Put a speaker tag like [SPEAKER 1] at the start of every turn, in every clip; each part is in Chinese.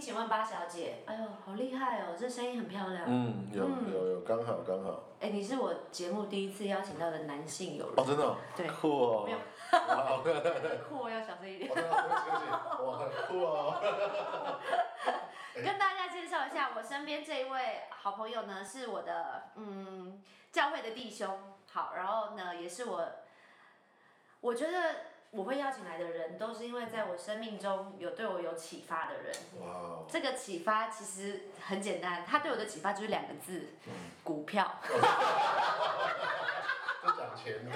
[SPEAKER 1] 请问八小姐，哎呦，好厉害哦，这声音很漂亮。
[SPEAKER 2] 嗯，有有有，刚好刚好。
[SPEAKER 1] 哎，你是我节目第一次邀请到的男性友人。
[SPEAKER 2] 哦，真的、哦。
[SPEAKER 1] 对
[SPEAKER 2] 酷哦。
[SPEAKER 1] 没有
[SPEAKER 2] 哇，我真的
[SPEAKER 1] 酷，要小声一点。
[SPEAKER 2] 我很酷哦。
[SPEAKER 1] 跟大家介绍一下，我身边这一位好朋友呢，是我的嗯教会的弟兄。好，然后呢，也是我，我觉得我会邀请来的人，都是因为在我生命中有对我有启发的人。
[SPEAKER 2] 哇哦。
[SPEAKER 1] 这个启发其实很简单，他对我的启发就是两个字：股票。
[SPEAKER 2] 不讲钱的。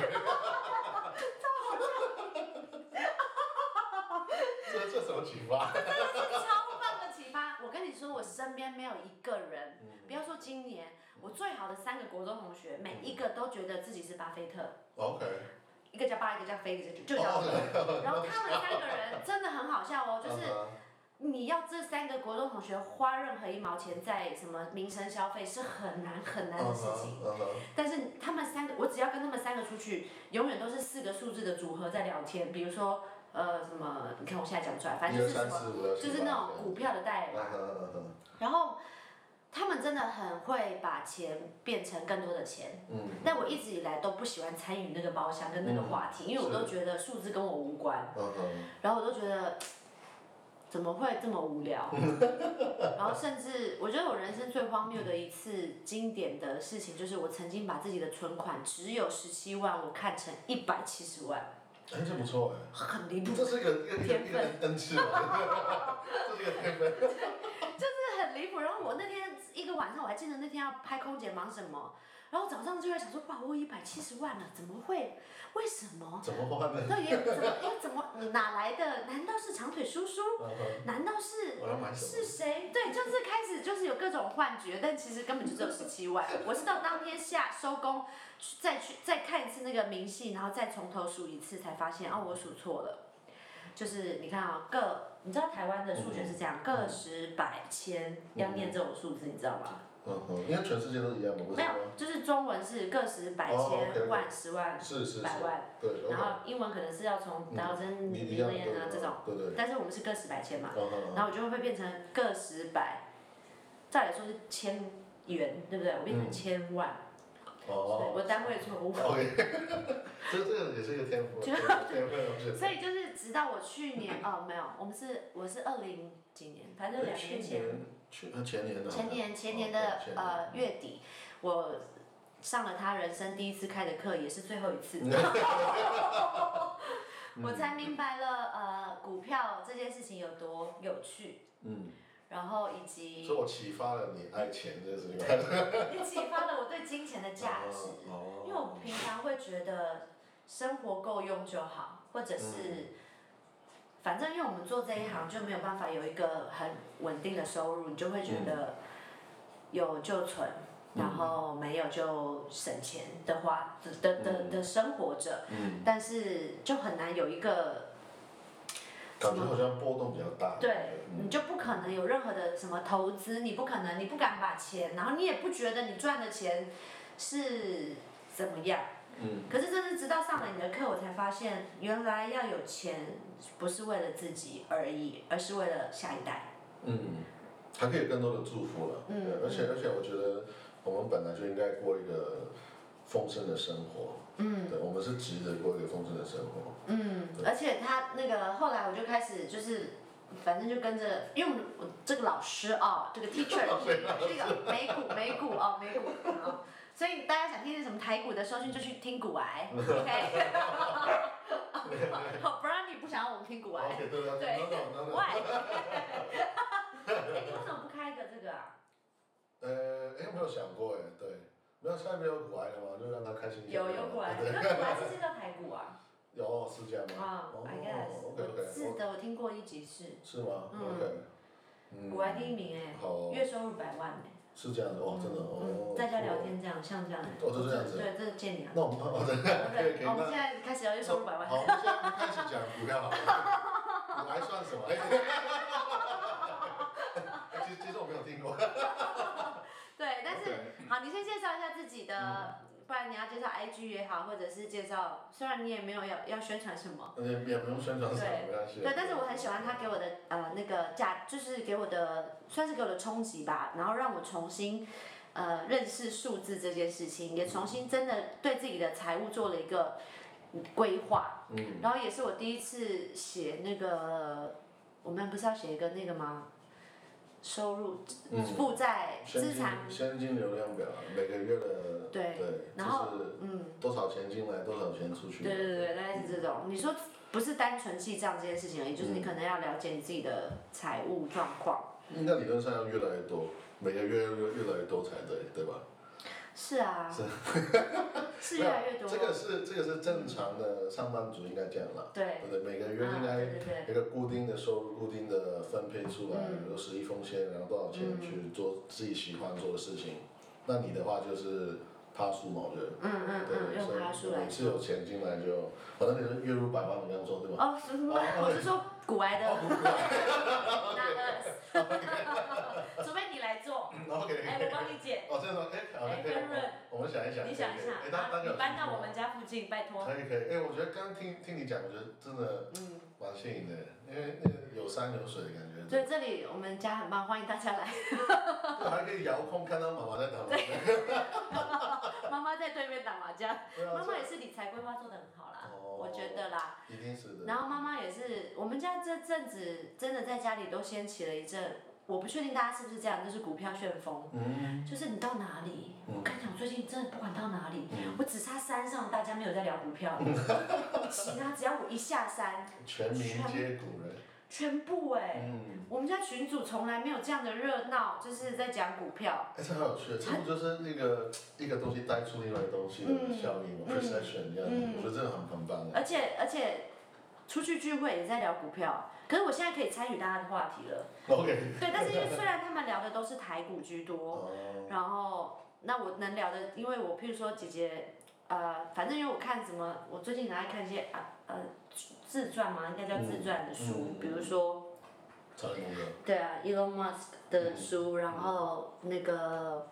[SPEAKER 2] 这这什么举发？
[SPEAKER 1] 啊超棒的启发！我跟你说，我身边没有一个人，
[SPEAKER 2] 嗯
[SPEAKER 1] 不要说今年，我最好的三个国中同学，每一个都觉得自己是巴菲特，
[SPEAKER 2] 哦 OK，
[SPEAKER 1] 一个叫巴，一个叫菲，一个就叫
[SPEAKER 2] 哦
[SPEAKER 1] 我。然后他们三个人真的很好笑哦，
[SPEAKER 2] 嗯
[SPEAKER 1] 就是你要这三个国中同学花任何一毛钱在什么民生消费是很难很难的事情。
[SPEAKER 2] 嗯哼
[SPEAKER 1] 但是他们三个，我只要跟他们三个出去，永远都是四个数字的组合在聊天。比如说，呃，什么？你看我现在讲不出来，反正就是什
[SPEAKER 2] 一二三四五
[SPEAKER 1] 么
[SPEAKER 2] 六，七
[SPEAKER 1] 就是那种股票的代
[SPEAKER 2] 嗯
[SPEAKER 1] 码。
[SPEAKER 2] 哼嗯哼
[SPEAKER 1] 然后他们真的很会把钱变成更多的钱。
[SPEAKER 2] 嗯
[SPEAKER 1] 但我一直以来都不喜欢参与那个包厢跟那个话题，因为我
[SPEAKER 2] 是
[SPEAKER 1] 都觉得数字跟我无关，
[SPEAKER 2] 嗯哼
[SPEAKER 1] 然后我都觉得。怎么会这么无聊？ 然后甚至我觉得我人生最荒谬的一次经典的事情，就是我曾经把自己的存款只有十七万，我看成一百七十万，
[SPEAKER 2] 哎，这不错哎，
[SPEAKER 1] 很离谱，
[SPEAKER 2] 这是一个一个一个
[SPEAKER 1] 天
[SPEAKER 2] 一个
[SPEAKER 1] 分
[SPEAKER 2] 恩赐吧，这是一个天分。
[SPEAKER 1] 就是很离谱。然后我那天一个晚上，我还记得那天要拍空姐忙什么，然后早上就在想说，哇，我有一百七十万了，怎么会？为什么？
[SPEAKER 2] 怎么花呢？
[SPEAKER 1] 那也怎么又怎么哪来的？难道是长腿叔叔？
[SPEAKER 2] 嗯哼
[SPEAKER 1] 难道是
[SPEAKER 2] 我要买什
[SPEAKER 1] 是
[SPEAKER 2] 么？
[SPEAKER 1] 谁？对，就是开始就是有各种幻觉，但其实根本就只有十七万。 我是到当天下收工，去再去再看一次那个明细，然后再从头数一次，才发现哦，我数错了。就是你看啊、个你知道台湾的数学是这
[SPEAKER 2] 嗯
[SPEAKER 1] 样，个十百千要念这种数字，你知道吗？
[SPEAKER 2] 嗯哼，因为全世界都一样嘛，不
[SPEAKER 1] 没
[SPEAKER 2] 是
[SPEAKER 1] 有
[SPEAKER 2] 吗？，
[SPEAKER 1] 就是中文是个十百
[SPEAKER 2] 哦
[SPEAKER 1] 千
[SPEAKER 2] ，OK，OK
[SPEAKER 1] 万十万
[SPEAKER 2] 是是是哦
[SPEAKER 1] 百万，
[SPEAKER 2] 对
[SPEAKER 1] 然
[SPEAKER 2] OK
[SPEAKER 1] 后英文可能是要从 thousand
[SPEAKER 2] 你一样对
[SPEAKER 1] million 啊这种，
[SPEAKER 2] 对对。
[SPEAKER 1] 但是我们是个十百千嘛，
[SPEAKER 2] 嗯哼
[SPEAKER 1] 然后我就会变成个十百，照理说是千元，对不对？我变成千万，对，
[SPEAKER 2] 嗯哦
[SPEAKER 1] 我单位错误。
[SPEAKER 2] ，OK，这这个也是一个天赋，啊
[SPEAKER 1] 就
[SPEAKER 2] 天赋天赋我觉得
[SPEAKER 1] 所以就是直到我去年哦，没有，我们是我是二零几年，反正两
[SPEAKER 2] 去
[SPEAKER 1] 年前，
[SPEAKER 2] 年去呃前年的
[SPEAKER 1] 前年前年的
[SPEAKER 2] 哦前
[SPEAKER 1] 呃月底，我上了他人生第一次开的课，也是最后一 次。 我才明白了，呃，股票这件事情有多有趣，
[SPEAKER 2] 嗯，
[SPEAKER 1] 然后以及
[SPEAKER 2] 所以我启发了你爱钱这个事情。
[SPEAKER 1] 也启发了我对金钱的价值。
[SPEAKER 2] 哦
[SPEAKER 1] 因为我平常会觉得生活够用就好，或者
[SPEAKER 2] 嗯
[SPEAKER 1] 是，反正因为我们做这一行就没有办法有一个很稳定的收入，你就会觉
[SPEAKER 2] 嗯
[SPEAKER 1] 得有就存，然后没有就省钱的花的的的的生活着，
[SPEAKER 2] 嗯，
[SPEAKER 1] 但是就很难有一个
[SPEAKER 2] 感觉好像波动比较大。
[SPEAKER 1] 对，
[SPEAKER 2] 嗯
[SPEAKER 1] 你就不可能有任何的什么投资，你不可能，你不敢把钱，然后你也不觉得你赚的钱是怎么样。
[SPEAKER 2] 嗯。
[SPEAKER 1] 可是真的直到上了你的课，我才发现，原来要有钱不是为了自己而已，而是为了下一代。
[SPEAKER 2] 嗯，还可以有更多的祝福了。
[SPEAKER 1] 嗯
[SPEAKER 2] 对而且而且我觉得我们本来就应该过一个丰盛的生活。嗯，对，我们是急着过一个丰盛的生活。
[SPEAKER 1] 嗯，而且他那个后来我就开始就是，反正就跟着，因为我们我这个老师啊、 这个 teacher 是一个美股美股哦美股啊，所以大家想听听什么台股的收讯就去听股癌 ，OK？哦，不然你不想要我们听股癌
[SPEAKER 2] 哦 OK，对啊对
[SPEAKER 1] 对
[SPEAKER 2] 等等等等。
[SPEAKER 1] ，Why？哎你为什么不开一个这个啊？
[SPEAKER 2] 呃，哎，没有想过哎，对，没有，现在没有古癌了嘛，就让他开心一点。
[SPEAKER 1] 有有股癌，
[SPEAKER 2] 对
[SPEAKER 1] 那股癌是这叫排骨啊？
[SPEAKER 2] 有是这样吗？
[SPEAKER 1] 啊
[SPEAKER 2] 哦
[SPEAKER 1] ，I guess，
[SPEAKER 2] OK
[SPEAKER 1] 我
[SPEAKER 2] OK，
[SPEAKER 1] 是的，我听过一集是
[SPEAKER 2] 是吗？OK，嗯
[SPEAKER 1] 股癌第一名哎
[SPEAKER 2] 好哦，
[SPEAKER 1] 月收入百万哎，
[SPEAKER 2] 是这样的哦，真的哦
[SPEAKER 1] 嗯，。在家聊。天这样，像这样哎，
[SPEAKER 2] 哦就这样子
[SPEAKER 1] 对，这是见 你啊。
[SPEAKER 2] 那我们哦，对，可以可以，
[SPEAKER 1] 对，哦我
[SPEAKER 2] 那
[SPEAKER 1] 们现在开始要月收入百万
[SPEAKER 2] 好，。我们现在开始讲股票好了。 股还算什么？哎， 其实其实我没有听过。
[SPEAKER 1] 对，但是
[SPEAKER 2] OK 嗯
[SPEAKER 1] 好，你先介绍一下自己的不然你要介绍 IG 也好，或者是介绍，虽然你也没有要要宣传什么，
[SPEAKER 2] 那也也不用宣传什么，没关系。
[SPEAKER 1] 对，但是我很喜欢他给我的呃那个价，就是给我的算是给我的冲击吧，然后让我重新呃认识数字这件事情，也重新真的对自己的财务做了一个规划。
[SPEAKER 2] 嗯，
[SPEAKER 1] 然后也是我第一次写那个，我们不是要写一个那个吗？收入、
[SPEAKER 2] 嗯
[SPEAKER 1] 负债、
[SPEAKER 2] 现
[SPEAKER 1] 资
[SPEAKER 2] 金
[SPEAKER 1] 产，
[SPEAKER 2] 现金流量表，每个月的
[SPEAKER 1] 对然后
[SPEAKER 2] 就是
[SPEAKER 1] 嗯，
[SPEAKER 2] 多少钱进来，多少钱出去。
[SPEAKER 1] 对对对，大概是这种。你说不是单纯记账这件事情而已，就是你可能要了解你自己的财务状况。
[SPEAKER 2] 应该理论上要越来越多，每个月越来越多才对，对吧？
[SPEAKER 1] 是啊， 是
[SPEAKER 2] 没
[SPEAKER 1] 越
[SPEAKER 2] 有
[SPEAKER 1] 来越多。
[SPEAKER 2] 这个是这个是正常的上班族应该这样啦，
[SPEAKER 1] 对，
[SPEAKER 2] 对不对？每个
[SPEAKER 1] 啊，
[SPEAKER 2] 月应
[SPEAKER 1] 对
[SPEAKER 2] 该
[SPEAKER 1] 对对，
[SPEAKER 2] 一个固定的收入，固定的分配出来，
[SPEAKER 1] 嗯
[SPEAKER 2] 比如十一封线，然后多少钱去做自己喜欢做的事情。那你的话就是趴数嘛，我觉得。
[SPEAKER 1] 嗯嗯嗯，
[SPEAKER 2] 对，
[SPEAKER 1] 用它数
[SPEAKER 2] 所以
[SPEAKER 1] 来
[SPEAKER 2] 每次有钱进来就，反正你是月入百万，你这样说对吧？
[SPEAKER 1] 哦，是吗
[SPEAKER 2] 哦
[SPEAKER 1] 我是说古来的， 那个，除非你来做，
[SPEAKER 2] 然后给
[SPEAKER 3] 哎，我帮你剪，
[SPEAKER 2] 哦，这样说，哎，好像可以
[SPEAKER 3] 哎分润，
[SPEAKER 2] 我们想一想，
[SPEAKER 3] 你想一
[SPEAKER 2] 可以
[SPEAKER 3] 下
[SPEAKER 2] 可以哎，当
[SPEAKER 3] 啊，
[SPEAKER 2] 当
[SPEAKER 3] 你
[SPEAKER 2] 然
[SPEAKER 3] 搬到我们家附近，拜托。
[SPEAKER 2] 可以可以，哎，我觉得刚听听你讲，我觉得真的
[SPEAKER 1] 嗯，
[SPEAKER 2] 蛮幸运的，因为那个有山有水的感觉，
[SPEAKER 1] 所以这里我们家很棒，欢迎大家来。
[SPEAKER 2] 对还可以遥控看到妈妈在打麻将，
[SPEAKER 1] 妈妈在对面打麻将，
[SPEAKER 2] 对
[SPEAKER 1] 妈
[SPEAKER 2] 啊，
[SPEAKER 1] 妈也是理财规划做得很好啦，
[SPEAKER 2] 哦
[SPEAKER 1] 我觉得啦。
[SPEAKER 2] 这一定是的，
[SPEAKER 1] 然后妈妈也是，我们家这阵子真的在家里都掀起了一阵，我不确定大家是不是这样，就是股票旋风。
[SPEAKER 2] 嗯，
[SPEAKER 1] 就是你到哪里，
[SPEAKER 2] 嗯
[SPEAKER 1] 我跟你讲，最近真的不管到哪里，
[SPEAKER 2] 嗯
[SPEAKER 1] 我只差山上大家没有在聊股 票，其他只要我一下山，
[SPEAKER 2] 全民皆股人，
[SPEAKER 1] 全部哎、
[SPEAKER 2] 嗯，
[SPEAKER 1] 我们家群主从来没有这样的热闹，就是在讲股票，
[SPEAKER 2] 哎，这很有趣，这不就是那个一个东西带出另外一个东西的效应嘛
[SPEAKER 1] 嗯
[SPEAKER 2] ，perception 这样子，我觉得这个很很棒的，
[SPEAKER 1] 而且而且出去聚会也在聊股票，可是我现在可以参与大家的话题了，
[SPEAKER 2] OK，
[SPEAKER 1] 对，但是因为虽然他们聊的都是台股居多，
[SPEAKER 2] 哦，
[SPEAKER 1] 然后那我能聊的，因为我譬如说姐姐，呃，反正因为我看什么，我最近很爱看一些啊呃自传嘛，应该叫自传的书，
[SPEAKER 2] 嗯嗯
[SPEAKER 1] 比如说
[SPEAKER 2] 超那个，
[SPEAKER 1] 对啊，Elon Musk 的书，然后那个。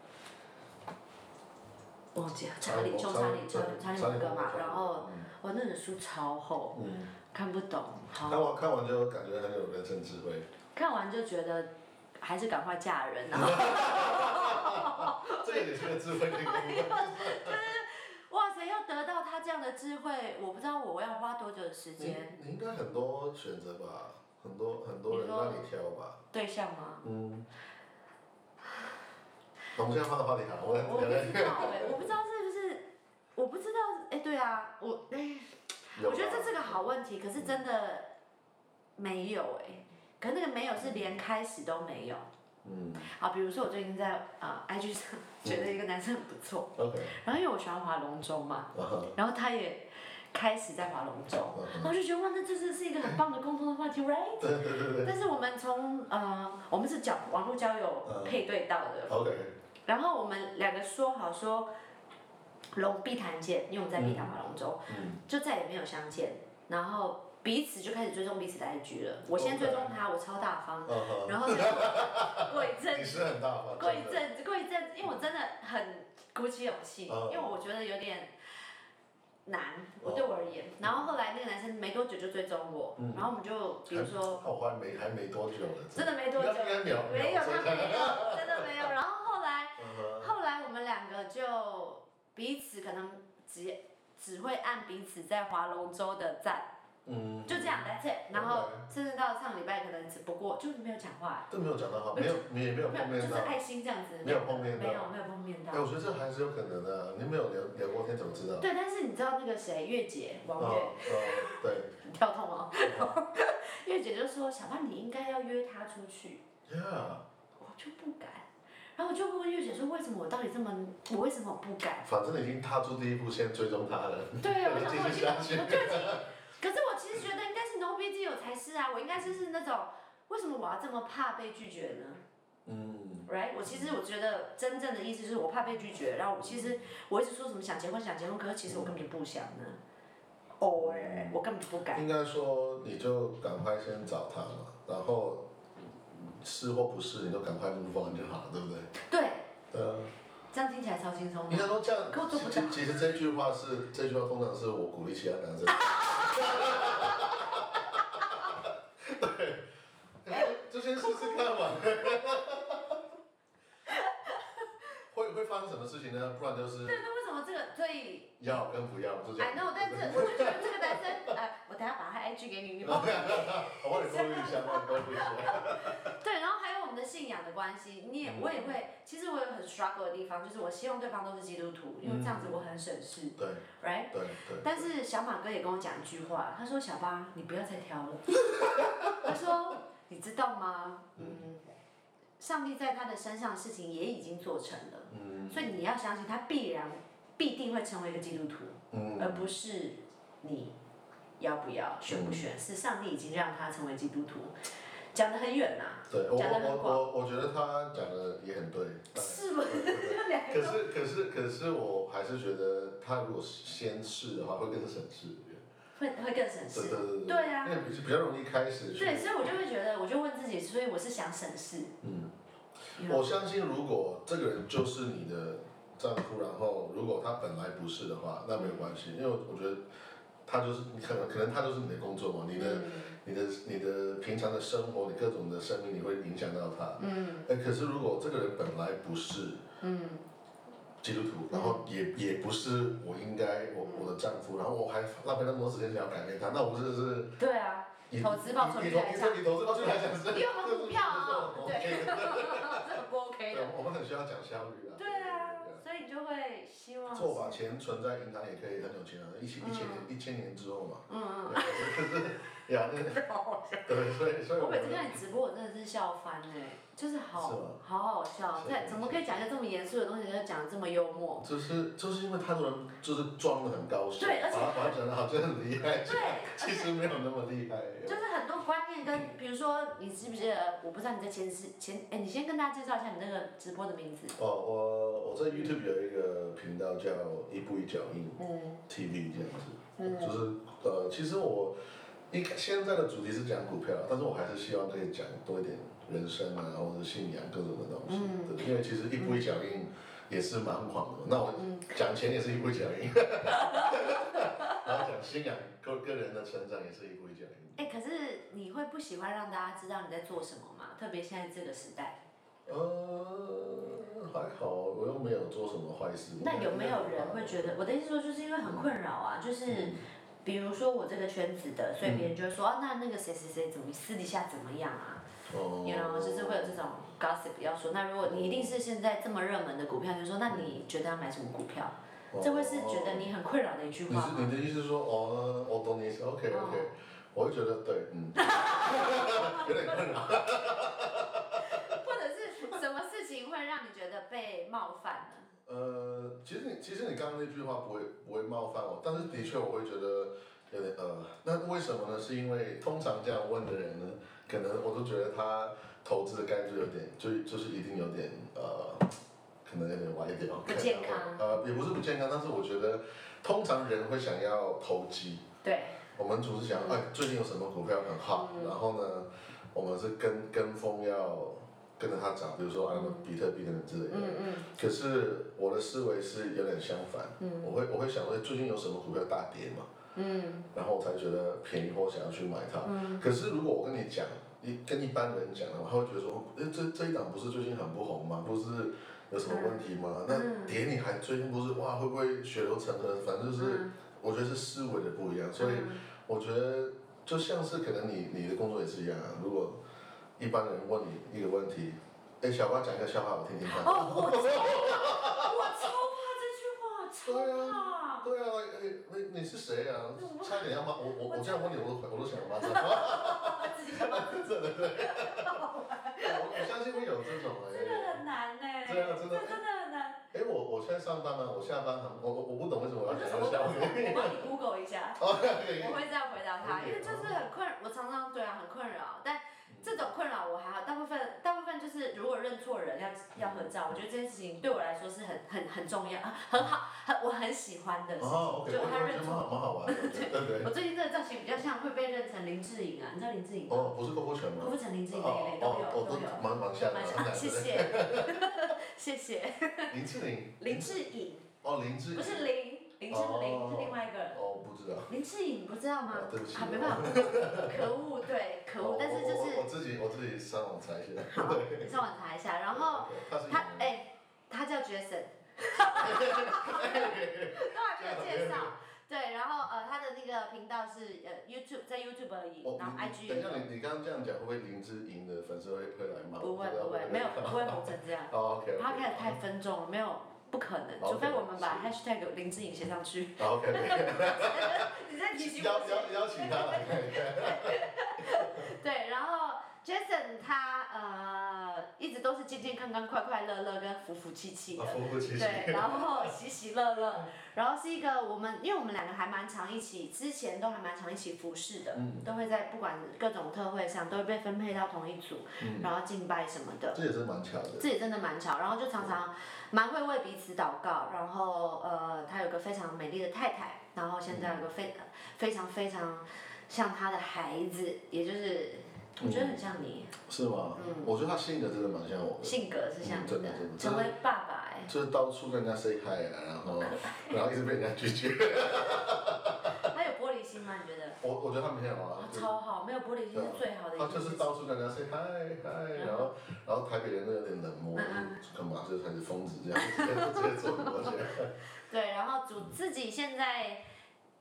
[SPEAKER 1] 忘记了，查理，穷查理，查理，查理芒格嘛，然后，哇，那本书超厚，
[SPEAKER 2] 嗯。
[SPEAKER 1] 看不懂，
[SPEAKER 2] 看
[SPEAKER 1] 好，
[SPEAKER 2] 完看完就感觉很有人生智 慧，
[SPEAKER 1] 看完就觉得还是赶快嫁人啊！
[SPEAKER 2] 这也是个智慧的
[SPEAKER 1] 哇塞，要得到他这样的智慧，我不知道我要花多久的时
[SPEAKER 2] 你
[SPEAKER 1] 间
[SPEAKER 2] 你应该很多选择吧，很多很多人
[SPEAKER 1] 你说啊
[SPEAKER 2] 让你挑吧。
[SPEAKER 1] 对象吗？
[SPEAKER 2] 嗯。我们现在换个话题好，我来
[SPEAKER 1] 我不
[SPEAKER 2] 聊聊。
[SPEAKER 1] 知道哎、我不知道是不是，我不知道哎、对啊，我哎、
[SPEAKER 2] 有
[SPEAKER 1] 我觉得
[SPEAKER 2] 吧
[SPEAKER 1] 这是个好问题，可是真的没有哎、可那个没有是连开始都没有
[SPEAKER 2] 嗯
[SPEAKER 1] 啊。比如说我最近在呃 IG 上觉得一个男生很不错，
[SPEAKER 2] ，OK，啊
[SPEAKER 1] 然后因为我喜欢划龙舟嘛，
[SPEAKER 2] 然后
[SPEAKER 1] 然后他也开始在划龙舟，
[SPEAKER 2] 嗯
[SPEAKER 1] 然后就觉得哇，那这真的是一个很棒的共同的话题，right？
[SPEAKER 2] 对对对对
[SPEAKER 1] 但是我们从呃，我们是交网络交友
[SPEAKER 2] 嗯
[SPEAKER 1] 配对到的，
[SPEAKER 2] ，OK，
[SPEAKER 1] 然后我们两个说好说，龙碧潭见，因为我们在碧潭划龙舟，
[SPEAKER 2] 嗯
[SPEAKER 1] 就再也没有相见。然后彼此就开始追踪彼此的 IG 了。我先追踪他，我超大方。
[SPEAKER 2] 嗯哼，
[SPEAKER 1] 然后 结果过一阵
[SPEAKER 2] 你是很大方，
[SPEAKER 1] 过一
[SPEAKER 2] 哦真的，
[SPEAKER 1] 阵子，过一阵子，因为我真的很鼓起勇气，
[SPEAKER 2] 嗯
[SPEAKER 1] 因为我觉得有点难，我对我而言。然后后来那个男生没多久就追踪我，
[SPEAKER 2] 哦嗯
[SPEAKER 1] 然后我们就比如说
[SPEAKER 2] 那我还没还没多久了，
[SPEAKER 1] 真的没哦多久，
[SPEAKER 2] 应该秒
[SPEAKER 1] 没有
[SPEAKER 2] 秒
[SPEAKER 1] 他没有，真的没有。然后后来。
[SPEAKER 2] 嗯哼，
[SPEAKER 1] 后来我们两个就彼此可能只只会按彼此在划龙舟的赞，
[SPEAKER 2] 嗯，
[SPEAKER 1] 就这样 that's it。然后甚至到上礼拜可能只不过就是没有讲话，
[SPEAKER 2] 都没有讲到话，没有，你也没有碰
[SPEAKER 1] 没有
[SPEAKER 2] 面
[SPEAKER 1] 就是
[SPEAKER 2] 到。
[SPEAKER 1] 爱心这样子，
[SPEAKER 2] 没有碰面到
[SPEAKER 1] 没有没有碰面到
[SPEAKER 2] 哎，。我觉得这还是有可能的，啊你没有聊聊过天怎么知道？
[SPEAKER 1] 对，但是你知道那个谁月姐王
[SPEAKER 2] 啊哦
[SPEAKER 1] 月
[SPEAKER 2] 哦， 对
[SPEAKER 1] 跳痛哦， 月姐就说小范你应该要约她出去，
[SPEAKER 2] ，Yeah，
[SPEAKER 1] 我就不敢。然后我就问月姐说为什么我到底这么我为什么不敢？
[SPEAKER 2] 反正已经踏出第一步，先追踪他 了。
[SPEAKER 1] 对，啊我想说我
[SPEAKER 2] 继
[SPEAKER 1] 已
[SPEAKER 2] 续
[SPEAKER 1] 经
[SPEAKER 2] 下
[SPEAKER 1] 我
[SPEAKER 2] 去。
[SPEAKER 1] 就已经， 可是我其实觉得应该是 no big deal 才是啊，我应该就是那种为什么我要这么怕被拒绝呢
[SPEAKER 2] 嗯，
[SPEAKER 1] ？Right？我其实我觉得真正的意思就是我怕被拒绝，然后我其实我一直说什么想结婚想结婚，可是其实我根本就不想呢。哦哎，我根本就不敢。
[SPEAKER 2] 应该说你就赶快先找他嘛，然后是或不是，你就赶快 move on 就好了，对不对？
[SPEAKER 1] 对，
[SPEAKER 2] 对啊，
[SPEAKER 1] 这样听起来超轻松
[SPEAKER 2] 应该
[SPEAKER 1] 的。
[SPEAKER 2] 说这样
[SPEAKER 1] 可我做不，
[SPEAKER 2] 其
[SPEAKER 1] 到
[SPEAKER 2] 其实这句话是这句话通常是我鼓励其他男生。对，哎就先试试看嘛。会会发生什么事情呢？不然就是
[SPEAKER 1] 对，那为什么这个所以
[SPEAKER 2] 要跟不要，就这样
[SPEAKER 1] I。know，但是嗯我就觉得这个男生，呃，我等一下把他 IG 给你，你 帮我
[SPEAKER 2] 我帮你勾一下，帮你勾 一下。
[SPEAKER 1] 对，然后还有我们的信仰的关系，你也
[SPEAKER 2] 嗯
[SPEAKER 1] 我也会，其实我有很 struggle 的地方，就是我希望对方都是基督徒，
[SPEAKER 2] 嗯
[SPEAKER 1] 因为这样子我很省事
[SPEAKER 2] 对
[SPEAKER 1] ，right？
[SPEAKER 2] 对对。
[SPEAKER 1] 但是小马哥也跟我讲一句话，他说：“小巴，你不要再挑了。” 他说：“你知道吗？嗯，上帝在他的身上的事情也已经做成了，
[SPEAKER 2] 嗯
[SPEAKER 1] 所以你要相信他必然必定会成为一个基督徒，而
[SPEAKER 2] 嗯
[SPEAKER 1] 不是你要不要选不
[SPEAKER 2] 嗯
[SPEAKER 1] 选，是上帝已经让他成为基督徒。”讲得很远呐、啊
[SPEAKER 2] 对我
[SPEAKER 1] 讲得
[SPEAKER 2] 我
[SPEAKER 1] 很
[SPEAKER 2] 我
[SPEAKER 1] 广，
[SPEAKER 2] 我我觉得他讲的也很对。
[SPEAKER 1] 是不是？就两
[SPEAKER 2] 可
[SPEAKER 1] 个都
[SPEAKER 2] 是可是可是我还是觉得他如果先试的话会更省事。
[SPEAKER 1] 会会更省
[SPEAKER 2] 对
[SPEAKER 1] 事。
[SPEAKER 2] 对对
[SPEAKER 1] 对啊
[SPEAKER 2] 因为比比较容易开始去。
[SPEAKER 1] 对，所以我就会觉得，我就问自己，所以我是想省事。
[SPEAKER 2] 嗯，
[SPEAKER 1] You know？
[SPEAKER 2] 我相信如果这个人就是你的丈夫，然后如果他本来不是的话，那没有关系，因为我觉得他就是你可能可能他就是你的工作嘛，你的、
[SPEAKER 1] 嗯
[SPEAKER 2] 你的你的平常的生活，你各种的生命，你会影响到他。
[SPEAKER 1] 嗯
[SPEAKER 2] 哎，可是如果这个人本来不是
[SPEAKER 1] 嗯。
[SPEAKER 2] 基督徒，然后也也不是我应该我我的丈夫，然后我还浪费那么多时间想要改变他，那我真的是
[SPEAKER 1] 对啊，
[SPEAKER 2] 以
[SPEAKER 1] 投资报酬率
[SPEAKER 2] 以以投
[SPEAKER 1] 来
[SPEAKER 2] 以
[SPEAKER 1] 讲
[SPEAKER 2] 投以投资报酬率来讲是，
[SPEAKER 1] 因为我们股票啊，
[SPEAKER 2] 这是
[SPEAKER 1] 对，这很不 OK
[SPEAKER 2] 对
[SPEAKER 1] 的。，
[SPEAKER 2] 我们很需要讲效率啊。
[SPEAKER 1] 对啊，所以你就会希望
[SPEAKER 2] 错把钱存在银行也可以很有钱啊，一千一千年一千年之后嘛。
[SPEAKER 1] 嗯嗯，
[SPEAKER 2] 对呀，那对，所以所以
[SPEAKER 1] 我
[SPEAKER 2] 我
[SPEAKER 1] 每
[SPEAKER 2] 们
[SPEAKER 1] 次看你直播，我真的是笑翻哎，就是
[SPEAKER 2] 是
[SPEAKER 1] 好
[SPEAKER 2] 吗
[SPEAKER 1] 好好笑，
[SPEAKER 2] 是
[SPEAKER 1] 对，怎么可以讲一个这么严肃的东西，就讲得这么幽默？
[SPEAKER 2] 就是就是因为太多人就是装的很高兴，
[SPEAKER 1] 对而且
[SPEAKER 2] 把把它讲的好像很厉害，
[SPEAKER 1] 对，
[SPEAKER 2] 其实没有那么厉害。
[SPEAKER 1] 就是很多观念跟，比如说你记不记得？我不知道你在前之前，哎，你先跟大家介绍一下你那个直播的名字。
[SPEAKER 2] 哦，我我在 YouTube 有一个频道叫一步一脚印
[SPEAKER 1] 嗯
[SPEAKER 2] TV 这样子，
[SPEAKER 1] 嗯
[SPEAKER 2] 就是呃，其实我一开现在的主题是讲股票，但是我还是希望可以讲多一点人生啊，或者信仰各种的东西。
[SPEAKER 1] 嗯
[SPEAKER 2] 对，因为其实一步一脚印也是蛮广的。那我
[SPEAKER 1] 嗯
[SPEAKER 2] 讲钱也是一步一脚印， 然后讲信仰个个人的成长也是一步一脚印。
[SPEAKER 1] 哎、可是你会不喜欢让大家知道你在做什么吗？特别现在这个时代，
[SPEAKER 2] 呃，还好，我又没有做什么坏事。
[SPEAKER 1] 那有没有人会觉得？我的意思说，就是因为很困扰啊，就是
[SPEAKER 2] 嗯
[SPEAKER 1] 比如说我这个圈子的，所以别人就会说，啊，那那个谁谁谁怎么私底下怎么样啊？
[SPEAKER 2] 哦，
[SPEAKER 1] 然后就是会有这种 gossip 要说。那如果你一定是现在这么热门的股票，就说那你觉得要买什么股票？
[SPEAKER 2] 哦
[SPEAKER 1] 这会是觉得你很困扰的一句
[SPEAKER 2] 你
[SPEAKER 1] 话
[SPEAKER 2] 是你
[SPEAKER 1] 吗？
[SPEAKER 2] 的意思是说，哦，我懂你意思，OK OK，、我会觉得对， 嗯，有点困扰。
[SPEAKER 1] 或者是什么事情会让你觉得被冒犯呢？
[SPEAKER 2] 呃，其实你其实你刚刚那句话不会不会冒犯我，但是的确我会觉得有点呃，那为什么呢？是因为通常这样问的人呢，可能我都觉得他投资的概率有点，就就是一定有点呃，可能有点歪掉，
[SPEAKER 1] 不健康
[SPEAKER 2] 呃，也不是不健康，但是我觉得通常人会想要投机，
[SPEAKER 1] 对，
[SPEAKER 2] 我们总是想，哎，最近有什么股票很好，
[SPEAKER 1] 嗯
[SPEAKER 2] 然后呢，我们是跟跟风要跟着它涨，比如说啊，比特币等等之类的。
[SPEAKER 1] 嗯嗯
[SPEAKER 2] 可是我的思维是有点相反，我会我会想说哎最近有什么股票大跌嘛，
[SPEAKER 1] 嗯
[SPEAKER 2] 然后我才觉得便宜或想要去买它。可是如果我跟你讲，一跟一般人讲的话，他会觉得说，哎，这这一档不是最近很不红吗？不是有什么问题
[SPEAKER 1] 嗯
[SPEAKER 2] 吗？那跌你还最近不是哇，会不会血流成河？反正就是、
[SPEAKER 1] 嗯
[SPEAKER 2] 我觉得是思维的不一样，所以
[SPEAKER 1] 嗯
[SPEAKER 2] 我觉得就像是可能你你的工作也是一样啊，如果一般人问你一个问题，哎，小巴讲一个笑话我听听看。
[SPEAKER 1] 哦，我超怕，我超怕这句话，超怕。
[SPEAKER 2] 对啊，哎，你你是谁啊？差一点要骂我，我我这样问你，我都我都想骂脏话。 真的对，我我相信会有这种
[SPEAKER 3] 这个
[SPEAKER 2] 哎，
[SPEAKER 3] 很难呢，
[SPEAKER 2] 对啊真的
[SPEAKER 3] 这真的很难。
[SPEAKER 2] 哎，我我现在上班啊，我下班很，我我我不懂为什么我
[SPEAKER 3] 我
[SPEAKER 2] 要
[SPEAKER 3] 就
[SPEAKER 2] 讲
[SPEAKER 3] 是我帮
[SPEAKER 2] 这个笑话。
[SPEAKER 3] 我帮你 Google 一下，
[SPEAKER 2] 哦，
[SPEAKER 1] 我会这样回答他，
[SPEAKER 2] 可以
[SPEAKER 1] 因为就是很困，我常常对啊很困扰，但这种困扰我还好，大部分大部分就是如果认错人要要合照，我觉得这件事情对我来说是很很很重要，很好，很我很喜欢的事
[SPEAKER 2] 哦
[SPEAKER 1] 情，就
[SPEAKER 2] ，OK，我
[SPEAKER 1] 他
[SPEAKER 2] 我觉
[SPEAKER 1] 认
[SPEAKER 2] 得蛮
[SPEAKER 1] 错。
[SPEAKER 2] 好蛮好玩的，对对 对。
[SPEAKER 1] 我最近这个造型比较像会被认成林志颖啊，你知道林志颖吗？
[SPEAKER 2] 哦哦，不是郭富城吗？
[SPEAKER 1] 郭富城、林志颖那一类都有
[SPEAKER 2] 哦哦
[SPEAKER 1] 都
[SPEAKER 2] 哦
[SPEAKER 1] 有，
[SPEAKER 2] 都蛮蛮像的
[SPEAKER 1] 蛮像，
[SPEAKER 2] 蛮像的
[SPEAKER 1] 谢谢。谢 谢。
[SPEAKER 2] 林志玲，
[SPEAKER 1] 林志颖
[SPEAKER 2] 哦，林志颖
[SPEAKER 3] 不是林，林是林，是另外一个人。
[SPEAKER 2] 哦，不知道。
[SPEAKER 1] 林志颖不知道吗
[SPEAKER 2] 哦？对不起
[SPEAKER 1] 啊，没办法，可恶，对，可恶
[SPEAKER 2] 哦，
[SPEAKER 1] 但是就
[SPEAKER 2] 我我我
[SPEAKER 1] 是
[SPEAKER 2] 我自己我自己上网查一下。
[SPEAKER 1] 好，你上网查一下，然后
[SPEAKER 2] 他是演
[SPEAKER 1] 他
[SPEAKER 2] 员
[SPEAKER 1] 哎、他叫 Jason，都还没有介绍。对，然后呃，他的那个频道是呃 YouTube，在 YouTube 而已
[SPEAKER 2] 哦，，
[SPEAKER 1] 然后
[SPEAKER 2] 你
[SPEAKER 1] IG
[SPEAKER 2] 你
[SPEAKER 1] 也
[SPEAKER 2] 等一下，
[SPEAKER 1] 有。
[SPEAKER 2] 你你刚刚这样讲，会不会林志颖的粉丝会会来骂？
[SPEAKER 1] 不会不会，没有不会红成这 样。
[SPEAKER 2] 哦，OK。
[SPEAKER 1] 他开的太分众了，没有不可能，
[SPEAKER 2] 好
[SPEAKER 1] 除非我们把
[SPEAKER 2] 是
[SPEAKER 1] hashtag 林志颖写上去。
[SPEAKER 2] OK。
[SPEAKER 1] 你在提醒
[SPEAKER 2] 哦邀
[SPEAKER 1] 我
[SPEAKER 2] 邀邀请他 来看一看。
[SPEAKER 1] 对，然后 Jason 他呃一直都是健健康康、快快乐乐跟服服气气
[SPEAKER 2] 啊，
[SPEAKER 1] 的，
[SPEAKER 2] 服务其实。
[SPEAKER 1] 对，然后喜喜乐
[SPEAKER 2] 嗯
[SPEAKER 1] 乐，然后是一个我们因为我们两个还蛮常一起，之前都还蛮常一起服侍的，
[SPEAKER 2] 嗯
[SPEAKER 1] 都会在不管各种特会上都会被分配到同一组，
[SPEAKER 2] 嗯，
[SPEAKER 1] 然后敬拜什么的。
[SPEAKER 2] 这也是蛮巧的。
[SPEAKER 1] 自己真的蛮巧，然后就常常蛮会为彼此祷告，然后呃，他有个非常美丽的太太，然后现在有个非、非常非常像他的孩子，也就是我觉得很像你，
[SPEAKER 2] 是吗？
[SPEAKER 1] 嗯
[SPEAKER 2] 我觉得他性格真的蛮像我的，
[SPEAKER 1] 性格是像你
[SPEAKER 2] 嗯真的真的
[SPEAKER 1] 成为爸爸哎、
[SPEAKER 2] 就是到处跟人家 say hi 啊，然后然后一直被人家拒绝。
[SPEAKER 1] 他有玻璃心吗？你觉得？
[SPEAKER 2] 我我觉得他没有啊
[SPEAKER 1] 哇，，超好，没有玻璃心是最好的一
[SPEAKER 2] 他
[SPEAKER 1] 件
[SPEAKER 2] 啊就
[SPEAKER 1] 事
[SPEAKER 2] 是
[SPEAKER 1] 情。
[SPEAKER 2] 到处跟人家 say hi hi，然
[SPEAKER 1] 嗯
[SPEAKER 2] 后然后台北人都有点冷漠，就干嘛这才是疯子这 样，直接直接走过去。
[SPEAKER 1] 对，然后主
[SPEAKER 2] 嗯
[SPEAKER 1] 自己现在，